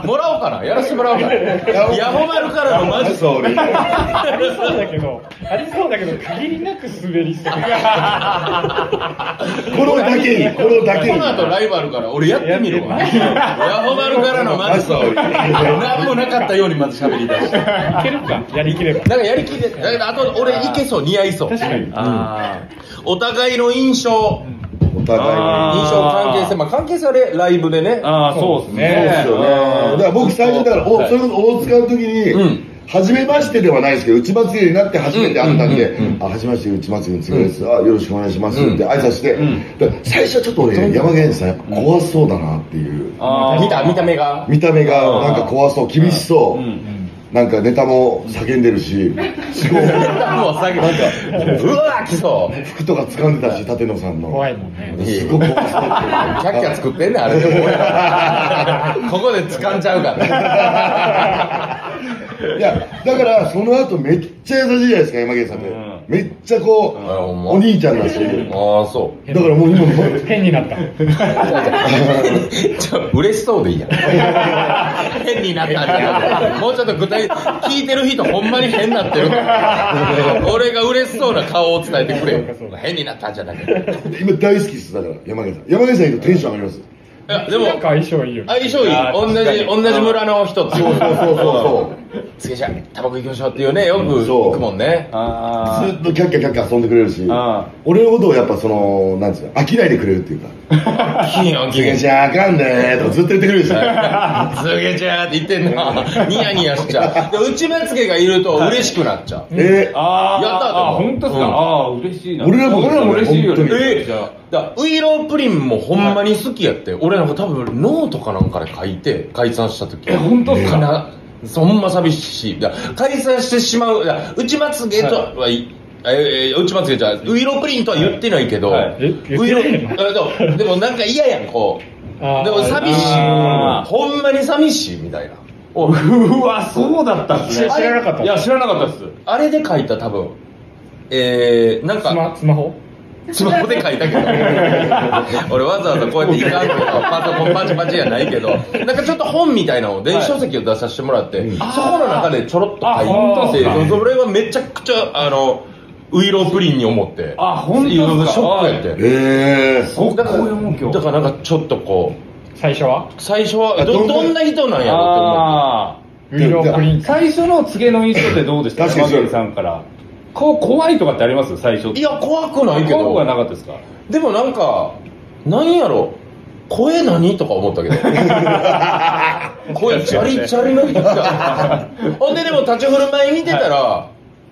理もらおうかなやらせてもらおうかなヤホマルからのマジ総理
ありそうだけどありそうだけど限りなく滑りそう
このだけにこのだけ
こ
に
の後ライバルから俺やってみるわ
やっ
ヤホマルからのマジ総理何もなかったようにまず喋り出して
いけるかやりきれば
なんかやりきりで、だけどあと俺いけそう、似合いそう。
確かに
あ
お互いの印象、
お互いに
印象関係性、まあ関係性はねライブでね
ー。あー、そうです
そうですよね
ね。
だから僕最初だからお
はい
それこそ大塚の時に、
うん
初めましてではないですけど、内まつげになって初めて会ったんで、
うんうんうん
あ、初めまして、内まつげにつぐです、あ、よろしくお願いしますって挨拶して、
ん
だから最初はちょっと俺、山源さん、やっぱ怖そうだなっていう、
あー
見た見た目が。
見た目がなんか怖そう、厳しそう、
うん
なんかネタも叫んでるし、すごい
もうさなんかうわー来そう。
服とか掴んでたし、舘野さんの。
怖いもんね
すごく怖
キ
そうっていう。
ャッキャ作ってんねんあ
*laughs*
れでもここで掴んじゃうから。
いや、だから、その後めっちゃ優しいじゃないですか、山毛さんって
うん。
めっちゃこ
あほん
う、
ま
お兄ちゃんなんですよ。だ
ああ、そ
からもう今、 *laughs*
変になった。
う。ちょ、嬉しそうでいいやん。変になったんだもうちょっと具体、聞いてる人ほんまに変になってるから。俺が嬉しそうな顔を伝えてくれよ。変になったんじゃなくて。
今大好きです、だから、山毛さん。山毛さんいるとテンション上がります。
いや、でも、
なんか相性いいよね。
相性いい
あー
同
確か
じ
に
同じ村の人っていう
そうそうそうそう
次じゃあタバコ行きましょうっていうねよく
そう
行くもんね
あ
ずっとキャッキャキャッキャ遊んでくれるし
あ、
俺のことをやっぱその、なんですか、飽きないでくれるっていうか、
金を
次
金
元じゃあかんねーとかずっと言ってくれ *laughs* るし、
つげちゃーって言ってんなニヤニヤしちゃうで内目つげがいると嬉しくなっちゃう
え
ーあー
やった
あ本当ですか、
うん
ああ嬉しいな
俺らも
俺らも嬉しいよね
本当に
え
じゃあ
だウイロープリンもほんまに好きやって俺なんか多分ノートかなんかで書いて解散した時
え本当っすか
かなそんま寂しいだ解散してしまうだ内まつげとは、いええ内まつげじゃないウイロープリンとは言ってないけど、
はい
え言
ウイロ
ってないの
あでもでもなんか嫌やんこうで
あー
も寂しい
あー
ほんまに寂しいみたいな
おうわそうだったっすね
知らなかった
いや知らなかったっす
あれで書いた多分えー、なん
ス
か
マスマホ
*laughs* スマホで書いたけど俺わざわざこうやっていかんけどパソコンパチパチじゃないけどなんかちょっと本みたいなのを電子書籍を出させてもらって、そこの中でちょろっと
あ本
書
当
い
っす
て
か
それはめちゃくちゃあのウイロープリンに思って
あ本当っすか
いろいろショックやって
えー、
そう
だ
だ
か
かららこういうもん今日
だからなんかちょっとこ
最初は
う最初は
ど
ど
んな
どんな人なんやろうって思って
ウィロ
あ
ープリン
あ最初の告げの印象ってどうでした
確かにそう
山口さんからこう怖いとかってあります最初
いや怖くないけ
怖くはな
ど
かったですか
でもなんかなんやろ声何とか思っ
*laughs*
たけど声チャリチャリの人
*laughs*
がほんででも立ち振る舞い見てたら、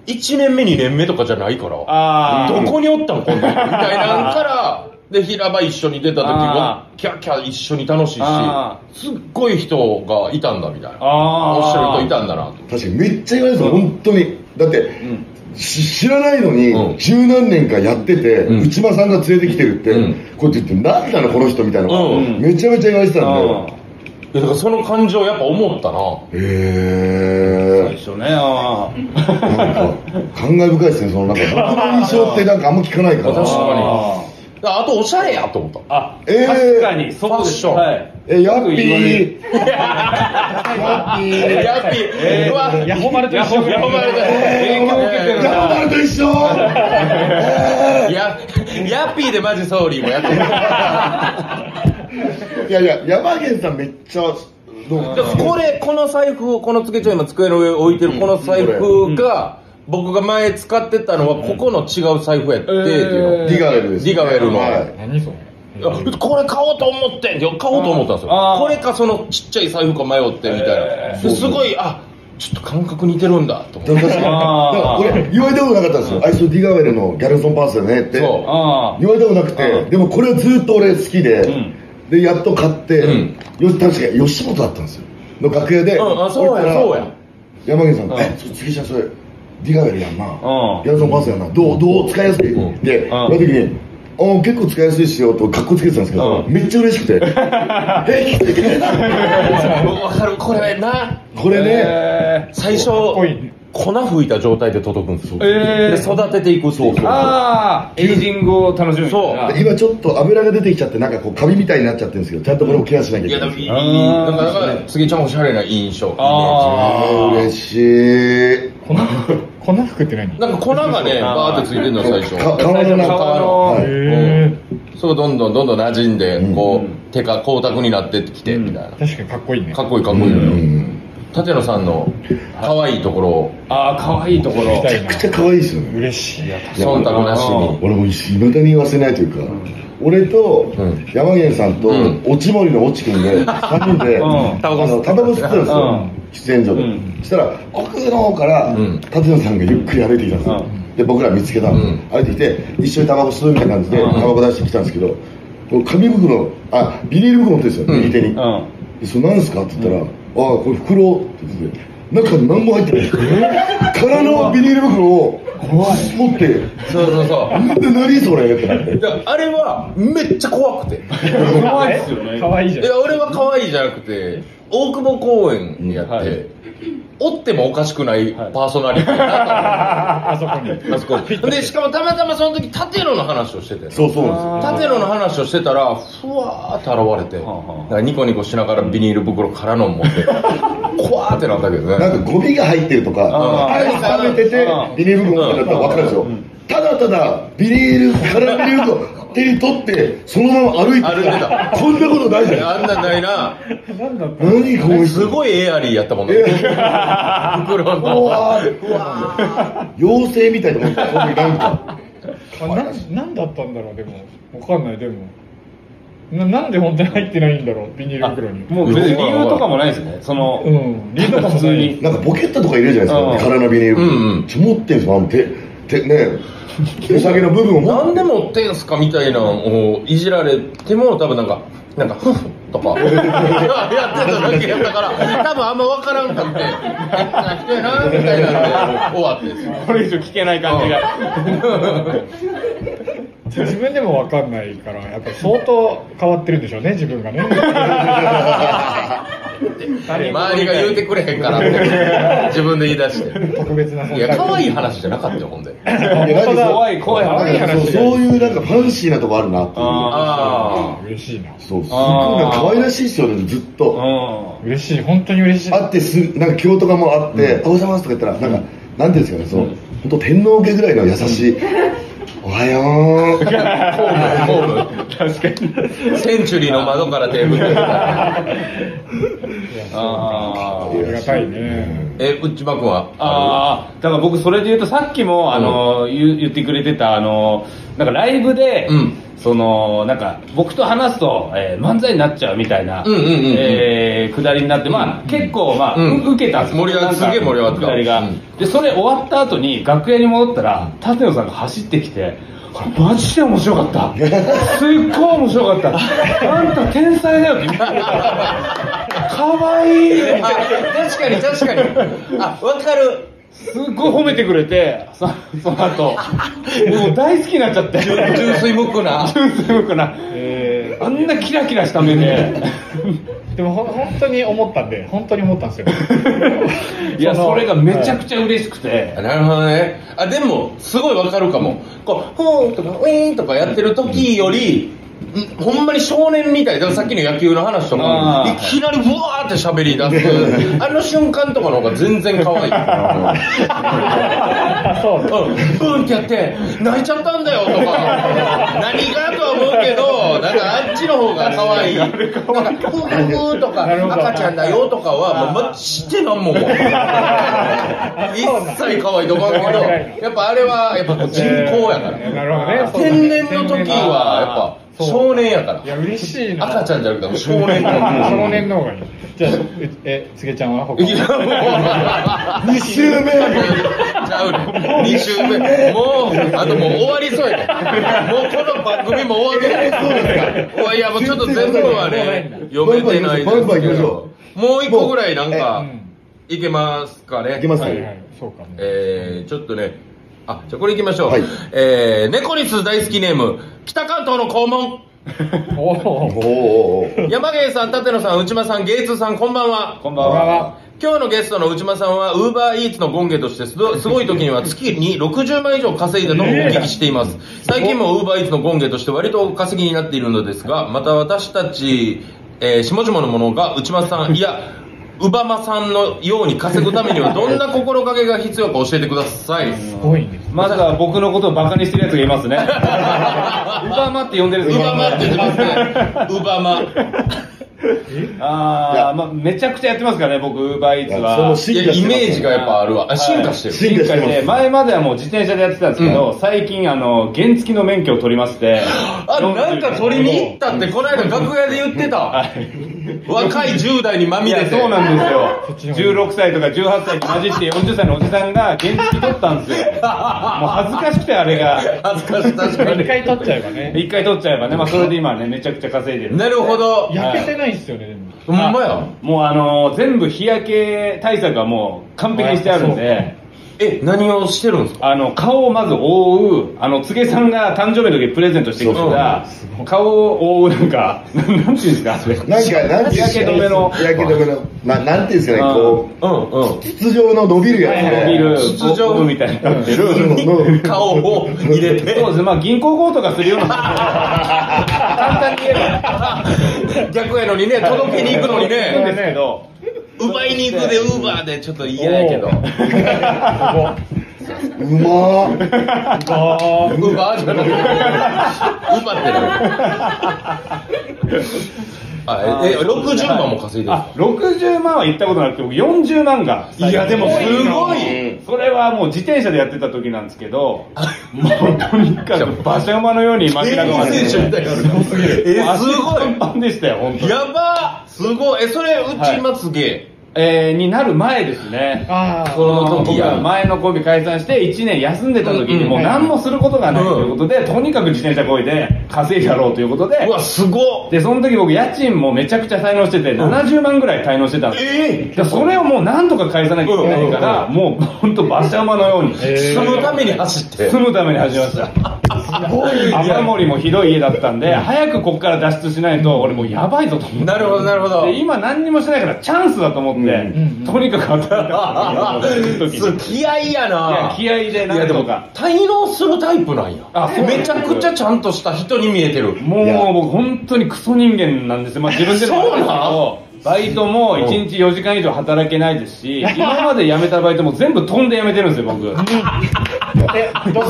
一1年目2年目とかじゃないから
あ
どこにおったんこんなんみたいなんからで平場一緒に出た時も
あ
キャッキャ一緒に楽しいし
あ
すっごい人がいたんだみたいな
あー
おっしゃる人いたんだなと
確かにめっちゃ言われてた本当にだって、し知らないの
うん
に十何年かやってて、
うん
内間さんが連れてきてるって、
うん
こうやって言って「何なのこの人」みたいなのが、
うん
めちゃめちゃ言われてたんで、
あ
いやだからその感情やっぱ思ったな
へ
最初ねあー
えなんか感慨深いですねそのなんか僕の印象ってなんかあんま聞かないから
確かに
あー
ああとおしゃれやと思った
あ、
えー
確かに、そう
ファッション
はい
えヤッピ
よく言われ
ー
る
ヤッピー
ヤッピー、うわ
ヤホマルと一緒
ヤホマルだ
影響受けてる
ヤッパーと一緒
ヤヤッピーでマジソーリーもやってる
いやいや山源さんめっちゃどう
でもこれこの財布をこのつけちょ今机の上に置いてるこの財布が僕が前使ってたのはここの違う財布やってっていうの
ディガウェルですね
ディガウェルの
はい
何それ
あこれ買おうと思ってんって買おうと思ったんですよ
あー
これかそのちっちゃい財布か迷ってみたいな、
え
ですごいあちょっと感覚似てるんだと思って
確かに。だ
あー
から俺、言われたことなかったんですよ。あいつディガウェルのギャルソンパースだよねって。
そう
あー
言われたことなくて、でもこれはずっと俺好きで、で、やっと買って
うん、
よ確か吉本だったんですよ。の楽屋で。
うんあそうや
俺から
そうや
山岸さんが、
うん
え、ちょ次じゃそれ、ディガウェルやんな。
ん
ギャルソンパースやんな。どう、どう使いやすいで、
ん
その時に、あー結構使いやすいっすよと格好つけてたんですけど、
うん
めっちゃ嬉しくて。え、来てくれた
わかるこれな
これね、
え
最初
こいいね
粉吹いた状態で届くんですよ
ーえ
で
ー
育てていくそうそう
あーエイジングを楽しむみたいな
今ちょっと油が出てきちゃって、なんかこう、カビみたいになっちゃってるんですけど、ちゃんとこれをケアしなきゃい
い
け
や
な
で
いん
も
です
い
よ
い
あ
だ
ー
から杉ちゃんおしゃれな印象
あ
あー嬉しい。
粉服粉服って何
なんか粉がねバーってついてるの最初
か川の中
川の
は
へ
い
え
そうどんどんどんどん馴染んでこ
うん
う手が光沢になってきてみたいな
確かにかっこいいね
かっこいいかっこいいの
う
よ
ん
舘野さんの可愛いところを
あー可愛いところ
行きた
めちゃくちゃ可愛いですよね。
嬉しい
忖度なしに
俺もいまだに言わせないというか、俺と
うん
山源さんと
うん
落ち森の落ちくんで、3人で、
うん
タバコ吸ってたんですよ、喫煙所で。
うん
そしたら、奥の方から
うん、
舘野さんがゆっくり歩いてきたんですよ
う。
で、僕ら見つけたの
うん。
歩いてきて、一緒にタバコ吸うみたいな感じで、タ
うん
バコ出してきたんですけど、こう紙袋、あ、ビニール袋持ってるんですよ、
うん
右手に
う。ん
でそれ何ですかって言ったら、ああこれ袋って言ってて中に何も入ってない空のビニール袋を持って
そうそうそう
で何それってなって
だからあれはめっちゃ怖くて
怖いですよね
かわいい
い
じゃん
や俺は可愛いじゃなくて大久保公園にやって、おってもおかしくないパーソナリティだな
あそこに
と思って、あそこでしかもたまたまその時舘野の話をしてて
そうそうなんで
舘野の話をしてたらふわーって現れて、
はあはあ
なんかニコニコしながらビニール袋からの持って怖ーってなったけど
すよなん
ね
かゴミが入ってるとか
あ
あれ冷めてて
あ
ビニール袋だったら分かるでしょただただビニールからビニール袋を手に取ってそのまま歩いて
歩いてた
こんなことないじゃん
あんなんないな
なんだっ
何こう
す
いう
ごいエアリーやったも
*laughs*
んね袋
う
の
わーうわー妖精みたいなもんだよこういうなんか
たあななんだったんだろうでもわかんないでもななんで本当に入ってないんだろうビニール袋に
もう別に理由とかもないですね。その、
うん理由とかもない
普通に。
なんかポケットとか入れるじゃないですか
あ
空のビニール袋
うんうん
ちょ持ってんすよあの手手ね手下げの部分を持
な
っ
んで持ってんすかみたいなのをいじられても多分なんかなんかフフとかやってただけやったから多分あんま分からんかって変な人やなみたいなんで終わってです
これ以上聞けない感じが。
自分でもわかんないからやっぱ相当変わってるんでしょうね自分
*laughs*
がね
周りが言うてくれへんからって自分で言い出して
特別な存
い
在
や可愛い話じゃなかったよほんで
てないですよ
怖い、怖い
なん
話。
かそうそういうなんかファンシーなとこあるなっていう
あ
嬉しいな
そうすごい
あー
可愛らしいですよねずっ
う
と
ん。
嬉しい本当に嬉しい
会ってすなんか今日とかもあって「おはようございます」とか言ったらなんかなんていうんですかねそう本当天皇家ぐらいの優しい「おはよう」
あホームホーム
確かに。
センチュリーの窓から手振ってた
あー
ありがたいね
え内間君は
あーだから僕それで言うとさっきも、あの言う言ってくれてたあのなんかライブで、
うん
そのなんか僕と話すと、えー漫才になっちゃうみたいな
うんうんうんうん
えーくだりになって、まあ、結構、まあ
うん
う受けたんですよ
盛り上がっ
なんか
すげえ盛り上がった
くだりが、
うん
でそれ終わった後に楽屋に戻ったら舘野さんが走ってきて「これマジで面白かったすっ
*laughs*
ごい面白かったあんた天才だよ」って
*laughs*
かわいい
あ確かに確かにあ分かる
すっごい褒めてくれて、そその後、もう大好きになっちゃって、
純粋無垢な
純粋無垢な、
え
あんなキラキラした目で、
ーでもほん本当に思ったんで本当に思ったんですよ
いや、
その
それがめちゃくちゃ嬉しくて、
なるほどねあでもすごいわかるかもこう「ほー」とか「ウィーン」とかやってる時よりんほんまに少年みたいだからさっきの野球の話とか
あ
も
ー
いきなりブワーって喋り
*laughs*
出すあの瞬間とかの方が全然可愛い
そ
う
う
ん、ブーンってやって泣いちゃったんだよとか何がとは思うけどなんかあっちの方が可愛い
*laughs*
なんか「ふーふー」とか
なる
「
ほど
赤ちゃんだよ」とかはもうマジでなんも思う一切可愛いと思うけどやっぱあれはやっぱ人工やから、
えーなるほどねそうだね
天然の時はやっぱ少年やから
いや嬉しいな
赤ちゃんじゃなくても少年
*laughs*
なの
少年の方がいいじゃあうえつげちゃんは他
いやもう
2周目
ちゃうね2週目もうあともう終わりそうやねもうこの番組も終わりやね
そうです
おいいやもうちょっと全部はね読めてない
バンバン行きましょ
もう一個ぐらいなん
う
か
ん
いけますかね
いけます
は
か
いはいそうかも
えー、ちょっとねあじゃあこれいきましょう、
はい
えー、猫リス大好きネーム北関東の肛門
おお
おーおーおー
山芸さん舘野さん内間さんゲイツーさんこんばんは
こんばんは。
今日のゲストの内間さんは、ウーバーイーツのゴンゲとしてすご、すごい時には月に60万以上稼いだともお聞きしています。最近もウーバーイーツのゴンゲとして割と稼ぎになっているのですが、また私たち、えー下々の者が内間
*laughs*
さん、いや、ウバマさんのように稼ぐためにはどんな心掛けが必要か教えてください。
すごいね
まさか僕のことをバカにしてるやつがいますね。ウ *laughs* バマって呼んでるん
ウ
です
バマって言ってますね。ウバマ。
い
あ
や
ー、まあ、めちゃくちゃやってますからね、僕、ウーバーイー
い
ツ
やそ
は
の。
い
進
や、
化してます
イメージがやっぱあるわ。あ進化してる。
進化して
ね
ます
前まではもう自転車でやってたんですけど、最近あの原付の免許を取りまして
あ、なんか取りに行ったって、この間楽屋で言ってた。若い10代にまみ
い
れ
や
て。
そうなん
そっち
です
の
よ
方が
16歳とか18歳に混じって40歳のおじさんが原付取った
*laughs*
んですよもう恥ずかしくてあれが
恥ずかしい、確か
*laughs*
一
に。
回取っちゃえばね
一回取っちゃえばね、まあ、それで今ねめちゃくちゃ稼いでる
なるほど。
焼けてないっすよねでも
ほんまや。
もうあのー全部日焼け対策はもう完璧にしてあるんで
え、何をしてるんですか
あの顔をまず覆うあの柘植さんが誕生日の時プレゼントしてき
そう
た顔を覆うなんかななんていうんですかそれ
なんか、なんていうんですか
日焼け止めの
日焼け止めの。まあ、なんていうんですかね、こう、
うんうん。
筒状の伸びるやつ
伸び
ね。
る
筒状
ゴムみたいになって
筒
る
状の伸びる
顔を入れ
*laughs*
て
そうですねまあ銀行強盗がするような簡単に言えば
逆やのにね届けに *laughs* 行くのに
そうです
ね
けど
奪いに行くでウーバーでちょっと嫌や
*laughs*
けど
うまー。
ウーバーじゃなくてウーバーってなるえ60万も稼いでるん
あ60万は言ったことなくて僕40万が
ですかいやでもすごい
それはもう自転車でやってた時なんです
*laughs*
けど、もうとにかく馬車馬のように街
芸
中ま
人
で。
選手みたいなえ
もう
すご
足パンパンでしたよ、本当
い
に。
やばっすごいえそれ内まつげ
えー、になる前ですね。
あー
その時
いや
は前のコンビ解散して1年休んでた時に
うん
もう何もすることがないということで、とにかく自転車こいで稼いだろうということで
う、わすごっ
で、その時僕家賃もめちゃくちゃ滞納してて、70万ぐらい滞納してたんですよ
え
でそれをもう何とか返さなきゃいけないから、もう本当馬車馬のように。
えそのために走って
住むために始めました。すごい。雨漏りもひどい家だったんで、早くここから脱出しないと、俺もうやばいぞと思って。
なるほどなるほど
で、今何にもしないからチャンスだと思って、とにかく当たった。
*laughs* そう気合いやない
や気合いで
い
な
やで
んと
も
か。
滞納するタイプなんや
あそうなん
め
で
ち
す
ゃくちゃちゃんとした人に見えてる
もう
いや
僕本当にクソ人間なんですよ。まあ自分でも
そうなん
あるんですけどバイトも1日4時間以上働けないですし、今まで辞めたバイトも全部飛んで辞めてるんですよ、僕。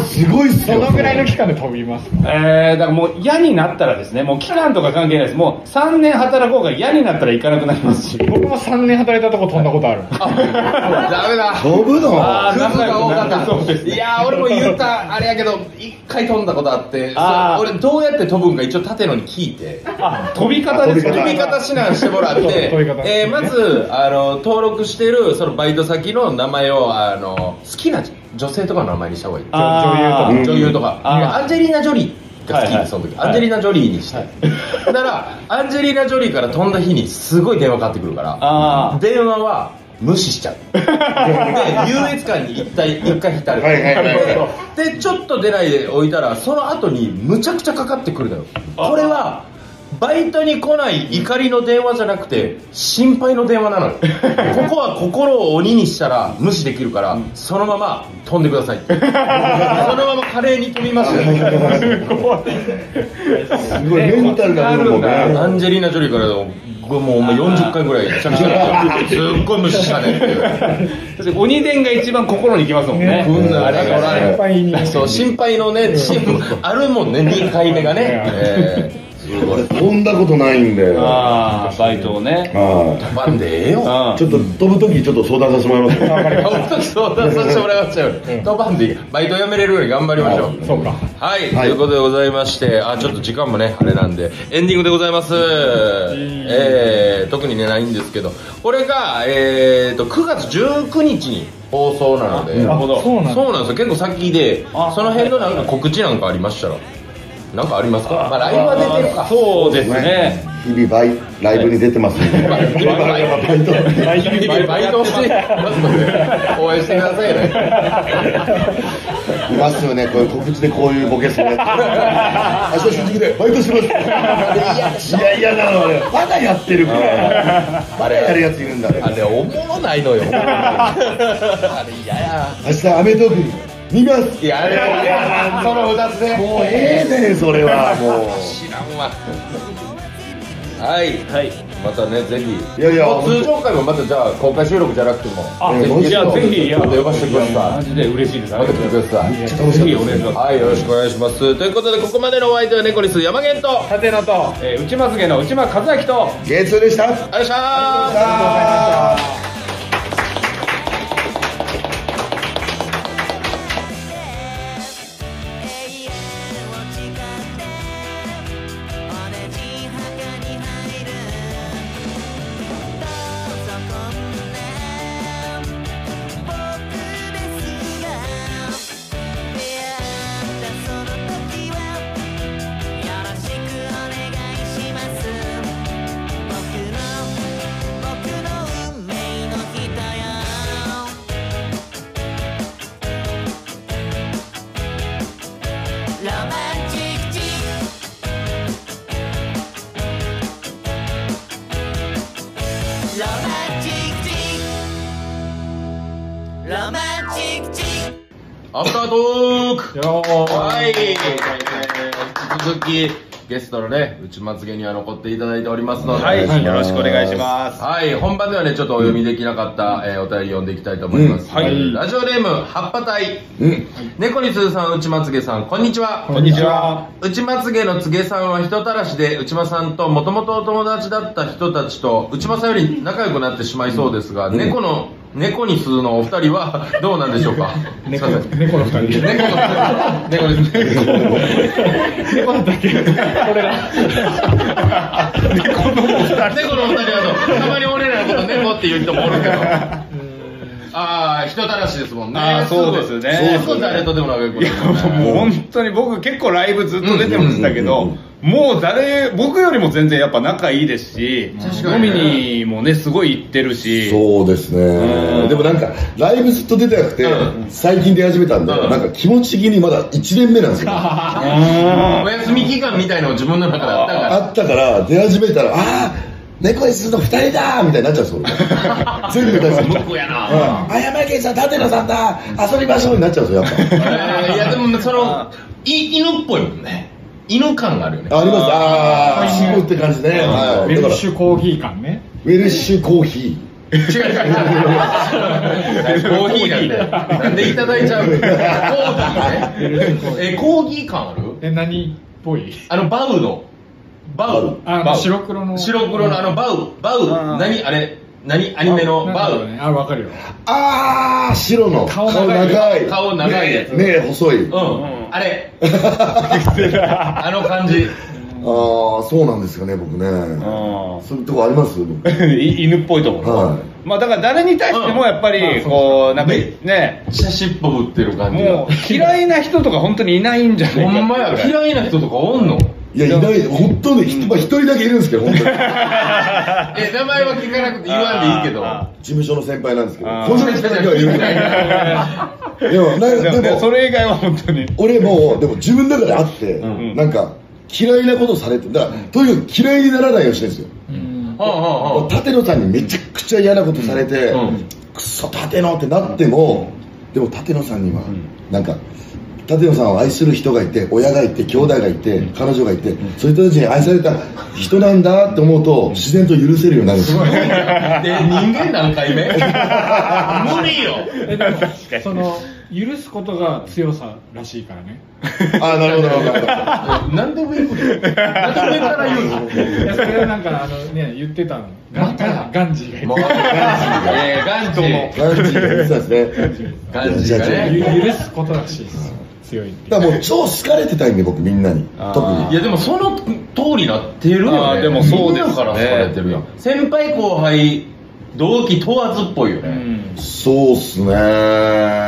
すごいっす
ど
よ。
のぐらいの期間で飛びます
えー、だからもう嫌になったらですね、もう期間とか関係ないです。もう3年働こうが嫌になったら行かなくなりますし。
僕も3年働いたとこ飛んだことある
ダメだ
飛ぶの
あー
クズが多か
仲良くなるそう
っ
です
た
ね
いやー俺も言ったあれやけど一回飛んだことあって
あー
それ俺どうやって飛ぶんか一応縦のに聞い
*laughs*
て
あ、飛び方です
飛
か
飛
方
び方指南してもらって
そう飛び方
えーまずあの登録してるそのバイト先の名前をあの好きな女性とかの名前にした方がいい
あー
女優とか、
あー
アンジェリーナ・ジョリーが好き、
はいはい
その時
はい
アンジェリーナ・ジョリーにして、 *laughs* ならアンジェリーナ・ジョリーから飛んだ日にすごい電話かかってくるから
あ
電話は無視
*laughs*
しちゃうで優越感に一体一回浸る、
はいはいはいは
でちょっと出ないで置いたらその後にむちゃくちゃかかってくるのよこれはバイトに来ない怒りの電話じゃなくて心配の電話なのよここは心を鬼にしたら無視できるからそのまま飛んでくださいそのまま華麗に飛びましたよ
い。すごい、メンタルが出るもん
なるん
ね。
アンジェリーナ・ジョリーからのもうもう40回ぐらいめちゃくちゃやってるすっごい無視したねっていう
あ、鬼伝が一番心にきますもんね。
こんなん
あれ
だか
が
ら
先輩に
そう心配のねチームあるもんね2回目がね、えーすごい
飛んだことないんで。は
あー、バイトをね。
い。
まんでええよ
うん
ちょっと飛ぶときちょっと相談させてもらいます。
本当に相談させてもらいましたよ、当番でいいバイト辞めれるように頑張りましょう
そうか
はい、ということでございましてあちょっと時間もねあれなんでエンディングでございます、えー、特にねないんですけどこれが、えー、と9月19日に放送なので
なるほど。
そうなんだ
そうなんですよ結構先で
あ
その辺のなんか告知なんかありましたらなんかありますかまあライブは出てるか
そうですね。
日々バイ、ライブに出てますんで。バイト。バイト。
バイトしてますので応援してください *laughs* ね
いますよね、こういう告知でこういうボケする
*laughs*
やつ。明日出勤でバイトします。いやいやなの、あれ、まだやってるから。まだやるやついるんだ。
あれおもろないのよあれ嫌や
明日アメトークに見ます。
いやあれやその2つで
もうええねそれはも
知らんわはい、はい、またねぜひ
いやいや
もう通常回もまたじゃあ公開収録じゃなくても
あ
えー
ゲストを
ぜひいや
ちょっと呼ばせてくださ
マ
い
ジで嬉しいです。あ
ま
り
た
が
来て
とうござい
ください
ます。ぜひお願いします。
はいよろしくお願いしますということでここまでのお相手はネコリス山源とあり
舘野と、えー内まつげの内間和明と、
う。ゲーツでした。
がとうございまし
永遠の時間で
た
同じ墓に入るどうぞこんな僕ですが出会ったその時はよろしくお願いします僕の僕の運命
アフタートーク
よー
はい、えー、引き続きゲストのね内まつげには残っていただいておりますので、
はい、よろしくお願いします。
はい、本番ではね、ちょっとお読みできなかった、えーお便り読んでいきたいと思いま
う
す。
んはい
ラジオネーム、葉っぱ隊。
うん
猫にすずさん、内まつげさん、こんにちは。
こんにちは。
内まつげのつげさんは人たらしで、内間さんともともとお友達だった人たちと、内間さんより仲良くなってしまいそうですが、猫の、猫にすずのお二人はどうなんでしょ
*laughs*
うか
猫
すい
の
ません
猫の二人
猫の猫です
猫のだけ俺ら
猫のお二人はどうたまに俺らのこと猫っていう人もおるけどああ人たらしですもんね
あーそうですよね
そうそう誰とでも仲良く
いやもう本当に僕結構ライブずっと出てましたけど、もう誰、僕よりも全然やっぱ仲いいですし、
確か
飲
に
みにもね、すごい行ってるし、
そうです
う
ね
ん
でもなんかライブずっと出てなくて
うん
最近出始めたんで
うん
なんか気持ち的にまだ1年目なん
*laughs*
ですよあ
お休み期間みたいのを自分の中であったから
ったから出始めたらああ猫にするの2人だーみたいになっちゃうんですよ俺全部出して
向こうやな
あ山県さん舘野さんだ遊びましょうになっちゃうんですよやっぱ
えーいやでもそのい犬っぽいもんね犬感があるよね
あありますああーシムって感じね
ウ
はい
ェ
だ
ル
から
シュコーヒー感ね
ウェルシュコーヒー
違う違う違うコーヒーなんでなんでいただいちゃうコーヒーねえコーヒー感ある
え何っぽい
あのバウのバウ
あ
バ
の
ウ
白黒の
白黒のあのバウバウ何あれ何アニメのバ
なんだろう
ウ
ねあ分
*laughs*
かるよ
ああ白の
顔
顔
長い
長い
顔長いやつ
目細い、
う
あ
んあ
*laughs*
れあの感じ
あそうなんですかね僕ね
うん
そういうとこあります
い犬っぽいところ。
は
まあだから誰に対してもやっぱり、こう、なんかね、
写真っぽぶってる感じが
もう嫌いな人とか本当にいないんじゃない
ほ
か
ん
*laughs*
まや嫌いな人とかおんの
いいやいない本当にひとまあ一人だけいるんですけど本当に事
え名前は聞かなくて言わんでいいけど
あ
務所の先輩なんですけ
*laughs*
ど
あー
この人だけはいるん
*laughs*
ででもなん
でも
かで
ね
も
それ以外は本当に。
俺もうでも自分の中であって、なんか嫌いなことされてだからとにかく嫌いにならないようにしてるんですよ
はあはあはあ
舘野さんにめちゃくちゃ嫌なことされて、
うんうん
くそ舘野ってなっても、でも舘野さんには、なんか舘野さんを愛する人がいて親がいて兄弟がいて、彼女がいて、そういう人たちに愛された人なんだって思うと自然と許せるようになるんですよ
で人間何
*laughs*
回目無理よ
えでもその許すことが強さらしいか
*laughs*
らね
ああなるほどなるほど
なんで上行くのなんで上から言うの
いやそれはなんかあのね言ってたのガンガンジーが言って
えーガンジー
ガンジーが言ってたんですね
ガンジーが
いや
ね
違う違う
たゆ許すことらしいです強いって
だからもう超好かれてたいんで僕みんなに
あー
特に
いやでもその通りなってるよ
あ
ね
ーでもそうですね
みんなから好かれてるやん先輩後輩同期問わずっぽいよね、
そうっすね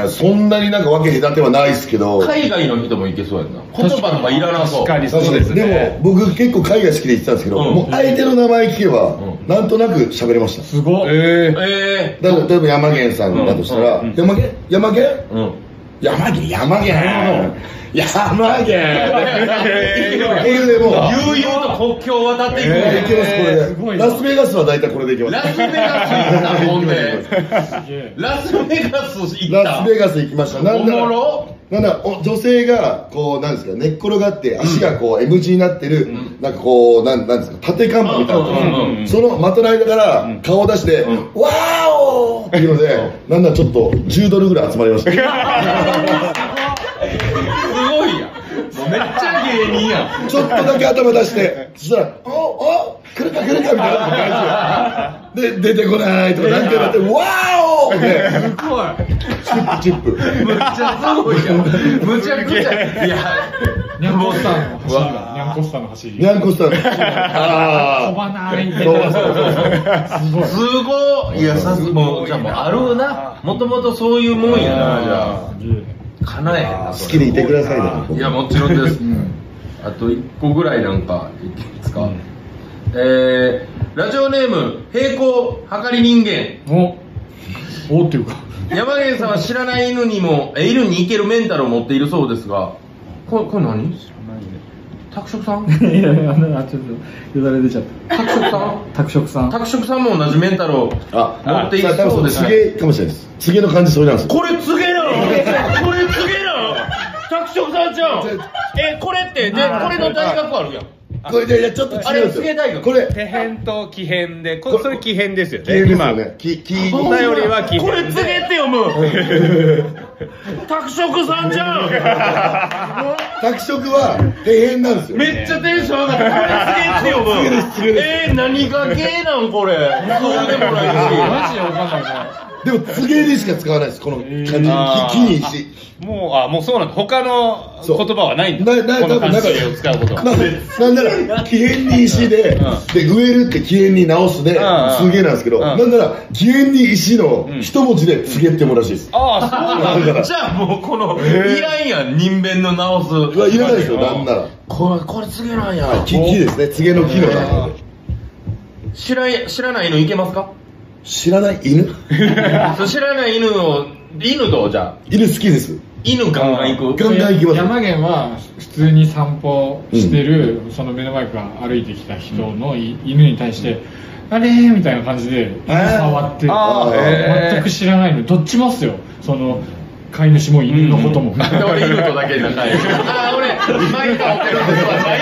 そんなになんか分け隔てはないっすけど
海外の人もいけそうやんな言葉とかいらなそ
確
う
かにそうですね。
も僕結構海外好きで行ってたんですけど、
うん
もう相手の名前聞けば、
うん
なんとなく喋れました
すごっ
え
え
だから例えば山源さんだとしたら、
うんうん
山源山源
ー、うん
山源山源山源
え
こ
*laughs*
れでもう
悠々と国境を渡っていく
いけますこれ
すご
で
いな
ラスベガスは大体これでいけます
ラスベガス行ったもんで
げえ
ラスベガス行った
ラスベガス行きましたな
お
んだ
も
ら
ろ
なんだお女性がこうなんですか寝っ転がって足がこう M 字になってる、なんかこうなんなんですか縦看板みたいなのが、
うんうんうん
その的の間から顔を出して、わーおーっていうので、なんだちょっと10ドルぐらい集まりました
すごいやんもうめっちゃ芸人やん
ちょっとだけ頭出して、そしたら、おお来るか来るかみたいな。で、出てこないとか、なんてなって、わーおね
すごい
チップチップ。
むっちゃすごいやんむちゃくちゃい
ニャ
や
ン
も
コ
う
スターの
さ
走りだニャンコスターの走
に
り
ゃんこしたの。
飛
あ
ばないみた
ー
い
そう
な
そうそうそう。
すごい
すごいいやさすもうじゃあもうあるなもともとそういうもんやなじゃあ叶えへんな
好
そ
き
れ
でいてくださいね。
いやもちろんです、あと1個ぐらいなんかいっていいですか、えー、ラジオネーム平行計り人間
おおっていうか
山源さんは知らない犬にもえ犬に行けるメンタルを持っているそうですがここれ何知らない拓殖さん
いやいや、あちょっと、よだれ出ちゃっ
拓殖さん
た。拓殖さん。
拓殖さんも同じメンタルを
あ、
持ってい
多
そう
分
で
そ
す
の
ね
げかもしれないです。げの感じそれなんですよ。
これつげなのこれつげ爆笑さんちゃんえこれってでこれの大学あるやん
これでいやちょっと違うんですよ
あれすげえ大学
これ
手編と気編で、こそれ気編ですよ
消え
ね。
です
今
よ、ねきき
お便りは気
これ
編。
告げて読む *laughs* 拓殖さんじゃん
拓殖は底辺なんです
*laughs*
よ
めっちゃテンション上がったこれ告 *laughs* げて読むえー、何がゲーなん *laughs* これそうでもないし
マジでわかんないな。
でも告げにしか使わないですこの感じき木にし
もう、あ、もうそうなんだ。他の言葉はないんだ。
ないない
この感
多分
じ
な
を
い
使うことは。
なんでなんなら気変に石でで植えるって気変に直すで
うん
告げなんですけど
うん
なんなら気変に石の一文字で告げってもらしいです
ああ、そうなんだ。
だから
じゃあもうこの、いらんやん人弁の直す
うわいらないですよなんなら
これこれ告げなんや
木木ですね告げの木の名前で
知らん知らないのいけます *laughs* か
知らない犬
そう知らない犬を犬どうじゃあ
犬好きです
犬ガンガン行く
ガンガン行きます
山源は普通に散歩してる、その目の前から歩いてきた人のい、犬に対して「あれ?」みたいな感じで犬触って、
あーへー
全く知らないのどっちもっすよその飼い主も犬のこと *laughs* も、
で俺犬とだけ仲良いああ俺毎回起きることはない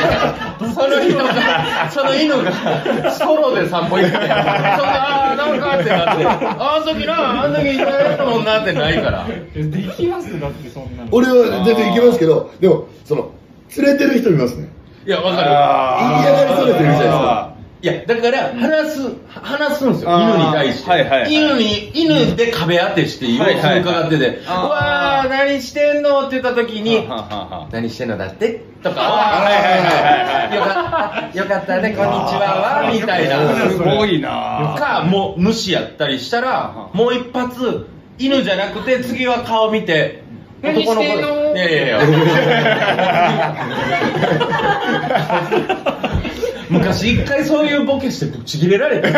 その犬がその犬がソロで散歩行ってそんなあーなんかってなってあの時なあの時いたやつもんなってないから
えできますだってそんなの
俺は全然行けますけどでもその連れてる人いま
*laughs*
すね
いやわか
言い上がりそうな人いるじゃないですか
るいやだから話す話すんですよ
あー
犬に対して、
はいはいはい
犬に犬で壁当てして様
はい
子
はいはい
伺ってて、
あー
うわー何してんのって言った時に
はははは
何してんのだってとか、
はいはいはいはい
よかった、よかったね、こんにちはわ、みたい
す
な。
ごいな
*laughs*
か、もう無視やったりしたら、もう一発、犬じゃなくて、次は顔見て、
何してんの
男子いやいやいや。
*laughs*
昔一回そういうボケしてぶち切れられた。
*laughs*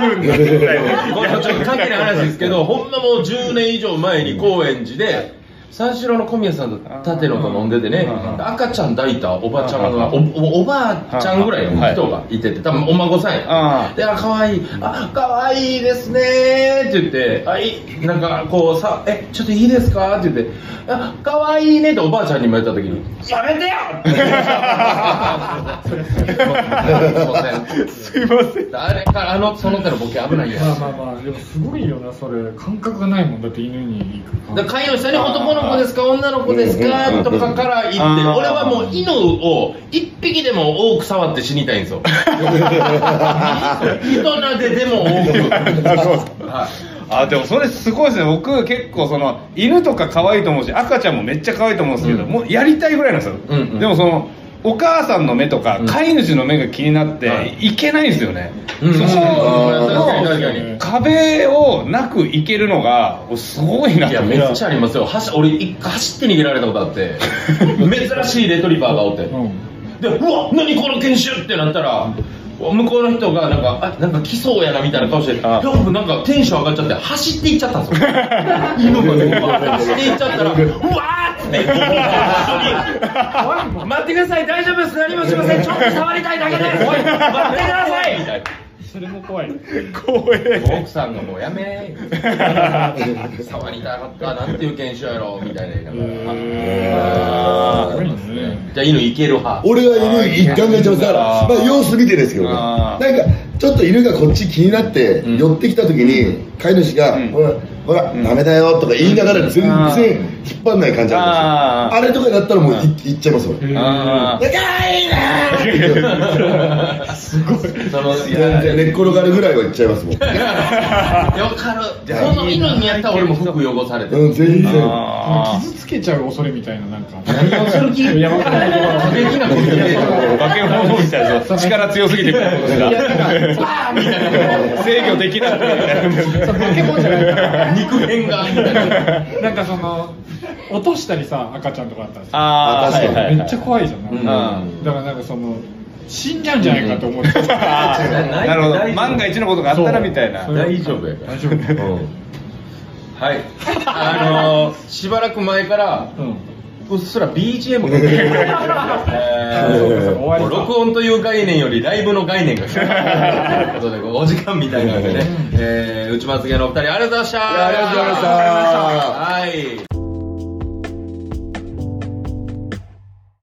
これちょっと関係ない話ですけど、ほんまもう10年以上前に高円寺で、三四郎の小宮さんと舘野と飲んでてね、赤ちゃん抱いたおばちゃんが、おおおばあちゃんぐらいの人がいてて、多分お孫さんや
あ。
で、あ、かわいい、あ、かわいいですねーって言って、あ、いい、なんかこうさ、え、ちょっといいですかって言って、あ、かわいいねっておばあちゃんにも言った時に、やめてよ *laughs* すいません。すいません。あれから、あの、その手のボケ危ないや
まあまあまあでもすごいよなそれ感覚がないもんだって犬に行く感
だ
覚
から飼い主さんに男の子ですか女の子ですかとかから言って
あー
俺はもう犬を一匹でも多く触って死にたいんです *laughs* よ人なででも多くはい
あでもそれすごいですね僕結構その犬とか可愛いと思うし赤ちゃんもめっちゃ可愛いと思うんですけど、もうやりたいぐらいなんですよ、
うんうん
でもそのお母さんの目とか、
うん
飼い主の目が気になって、
はい
い、けないんですよね、
うん
そこ
うん確かに確か
の
に
壁をなくいけるのがおすごいないと
や
思
めっちゃありますよ走俺一回走って逃げられたことあって珍しいレトリバーがおって、でうわ何この研修ってなったら向こうの人がなんかあなんか来そうやなみたいな顔して
あ
多分なんかテンション上がっちゃって走っていっちゃったん
*laughs*
ですよ犬がねうわ走っていっちゃったらうわーって一緒におい待ってください大丈夫です何もしませんちょっと触りたいだけですおい待ってくださいみたいな
それも怖い
怖え
奥さんがもうやめー触りたかったなんていう研修やろみたいな言いながら
あー
じゃあ犬いける派
俺は犬一貫がちゃうだから、まあ、様子見てですけどねな
あ
ん
ー
かちょっと犬がこっち気になって
ん
寄ってきた時に飼い主が
うん
「ほらほらダメだよ」とか言いながら全然
あー
引っ張んない感じあ
あー
るんですよあれとかだったらもういいっちゃいます俺
あー
そのい
全然寝っ転がるぐらいはいっちゃい
*laughs*
ますもん
やわかるその犬にやったら俺も服汚されてる
うん全然
あ
傷つけちゃう恐れみたいななんか
何をする気
いやわかんない
過激なこと言ってる
ー化け物みたいな力強すぎて *laughs*
バーンみたいな
制御できなくて
そう化け物じゃないから
肉片がみたいな
なんかその落としたりさ赤ちゃんとかあったらさ
ああ
確かに
めっちゃ怖いじゃんない、
うん
だからなんかその死んじゃうんじゃないかと思って、
あ
*laughs*
ーなるほど万が一のことがあったらみたいな
そう
大丈夫やから
大丈夫
はいあのーしばらく前からうっすら BGM *laughs* がえー
終わりか
録音という概念よりライブの概念 *laughs* が来たということでこうお時間みたいなんでねえー内まつげのお二人ありがとうございました
いやありがとうございました
はい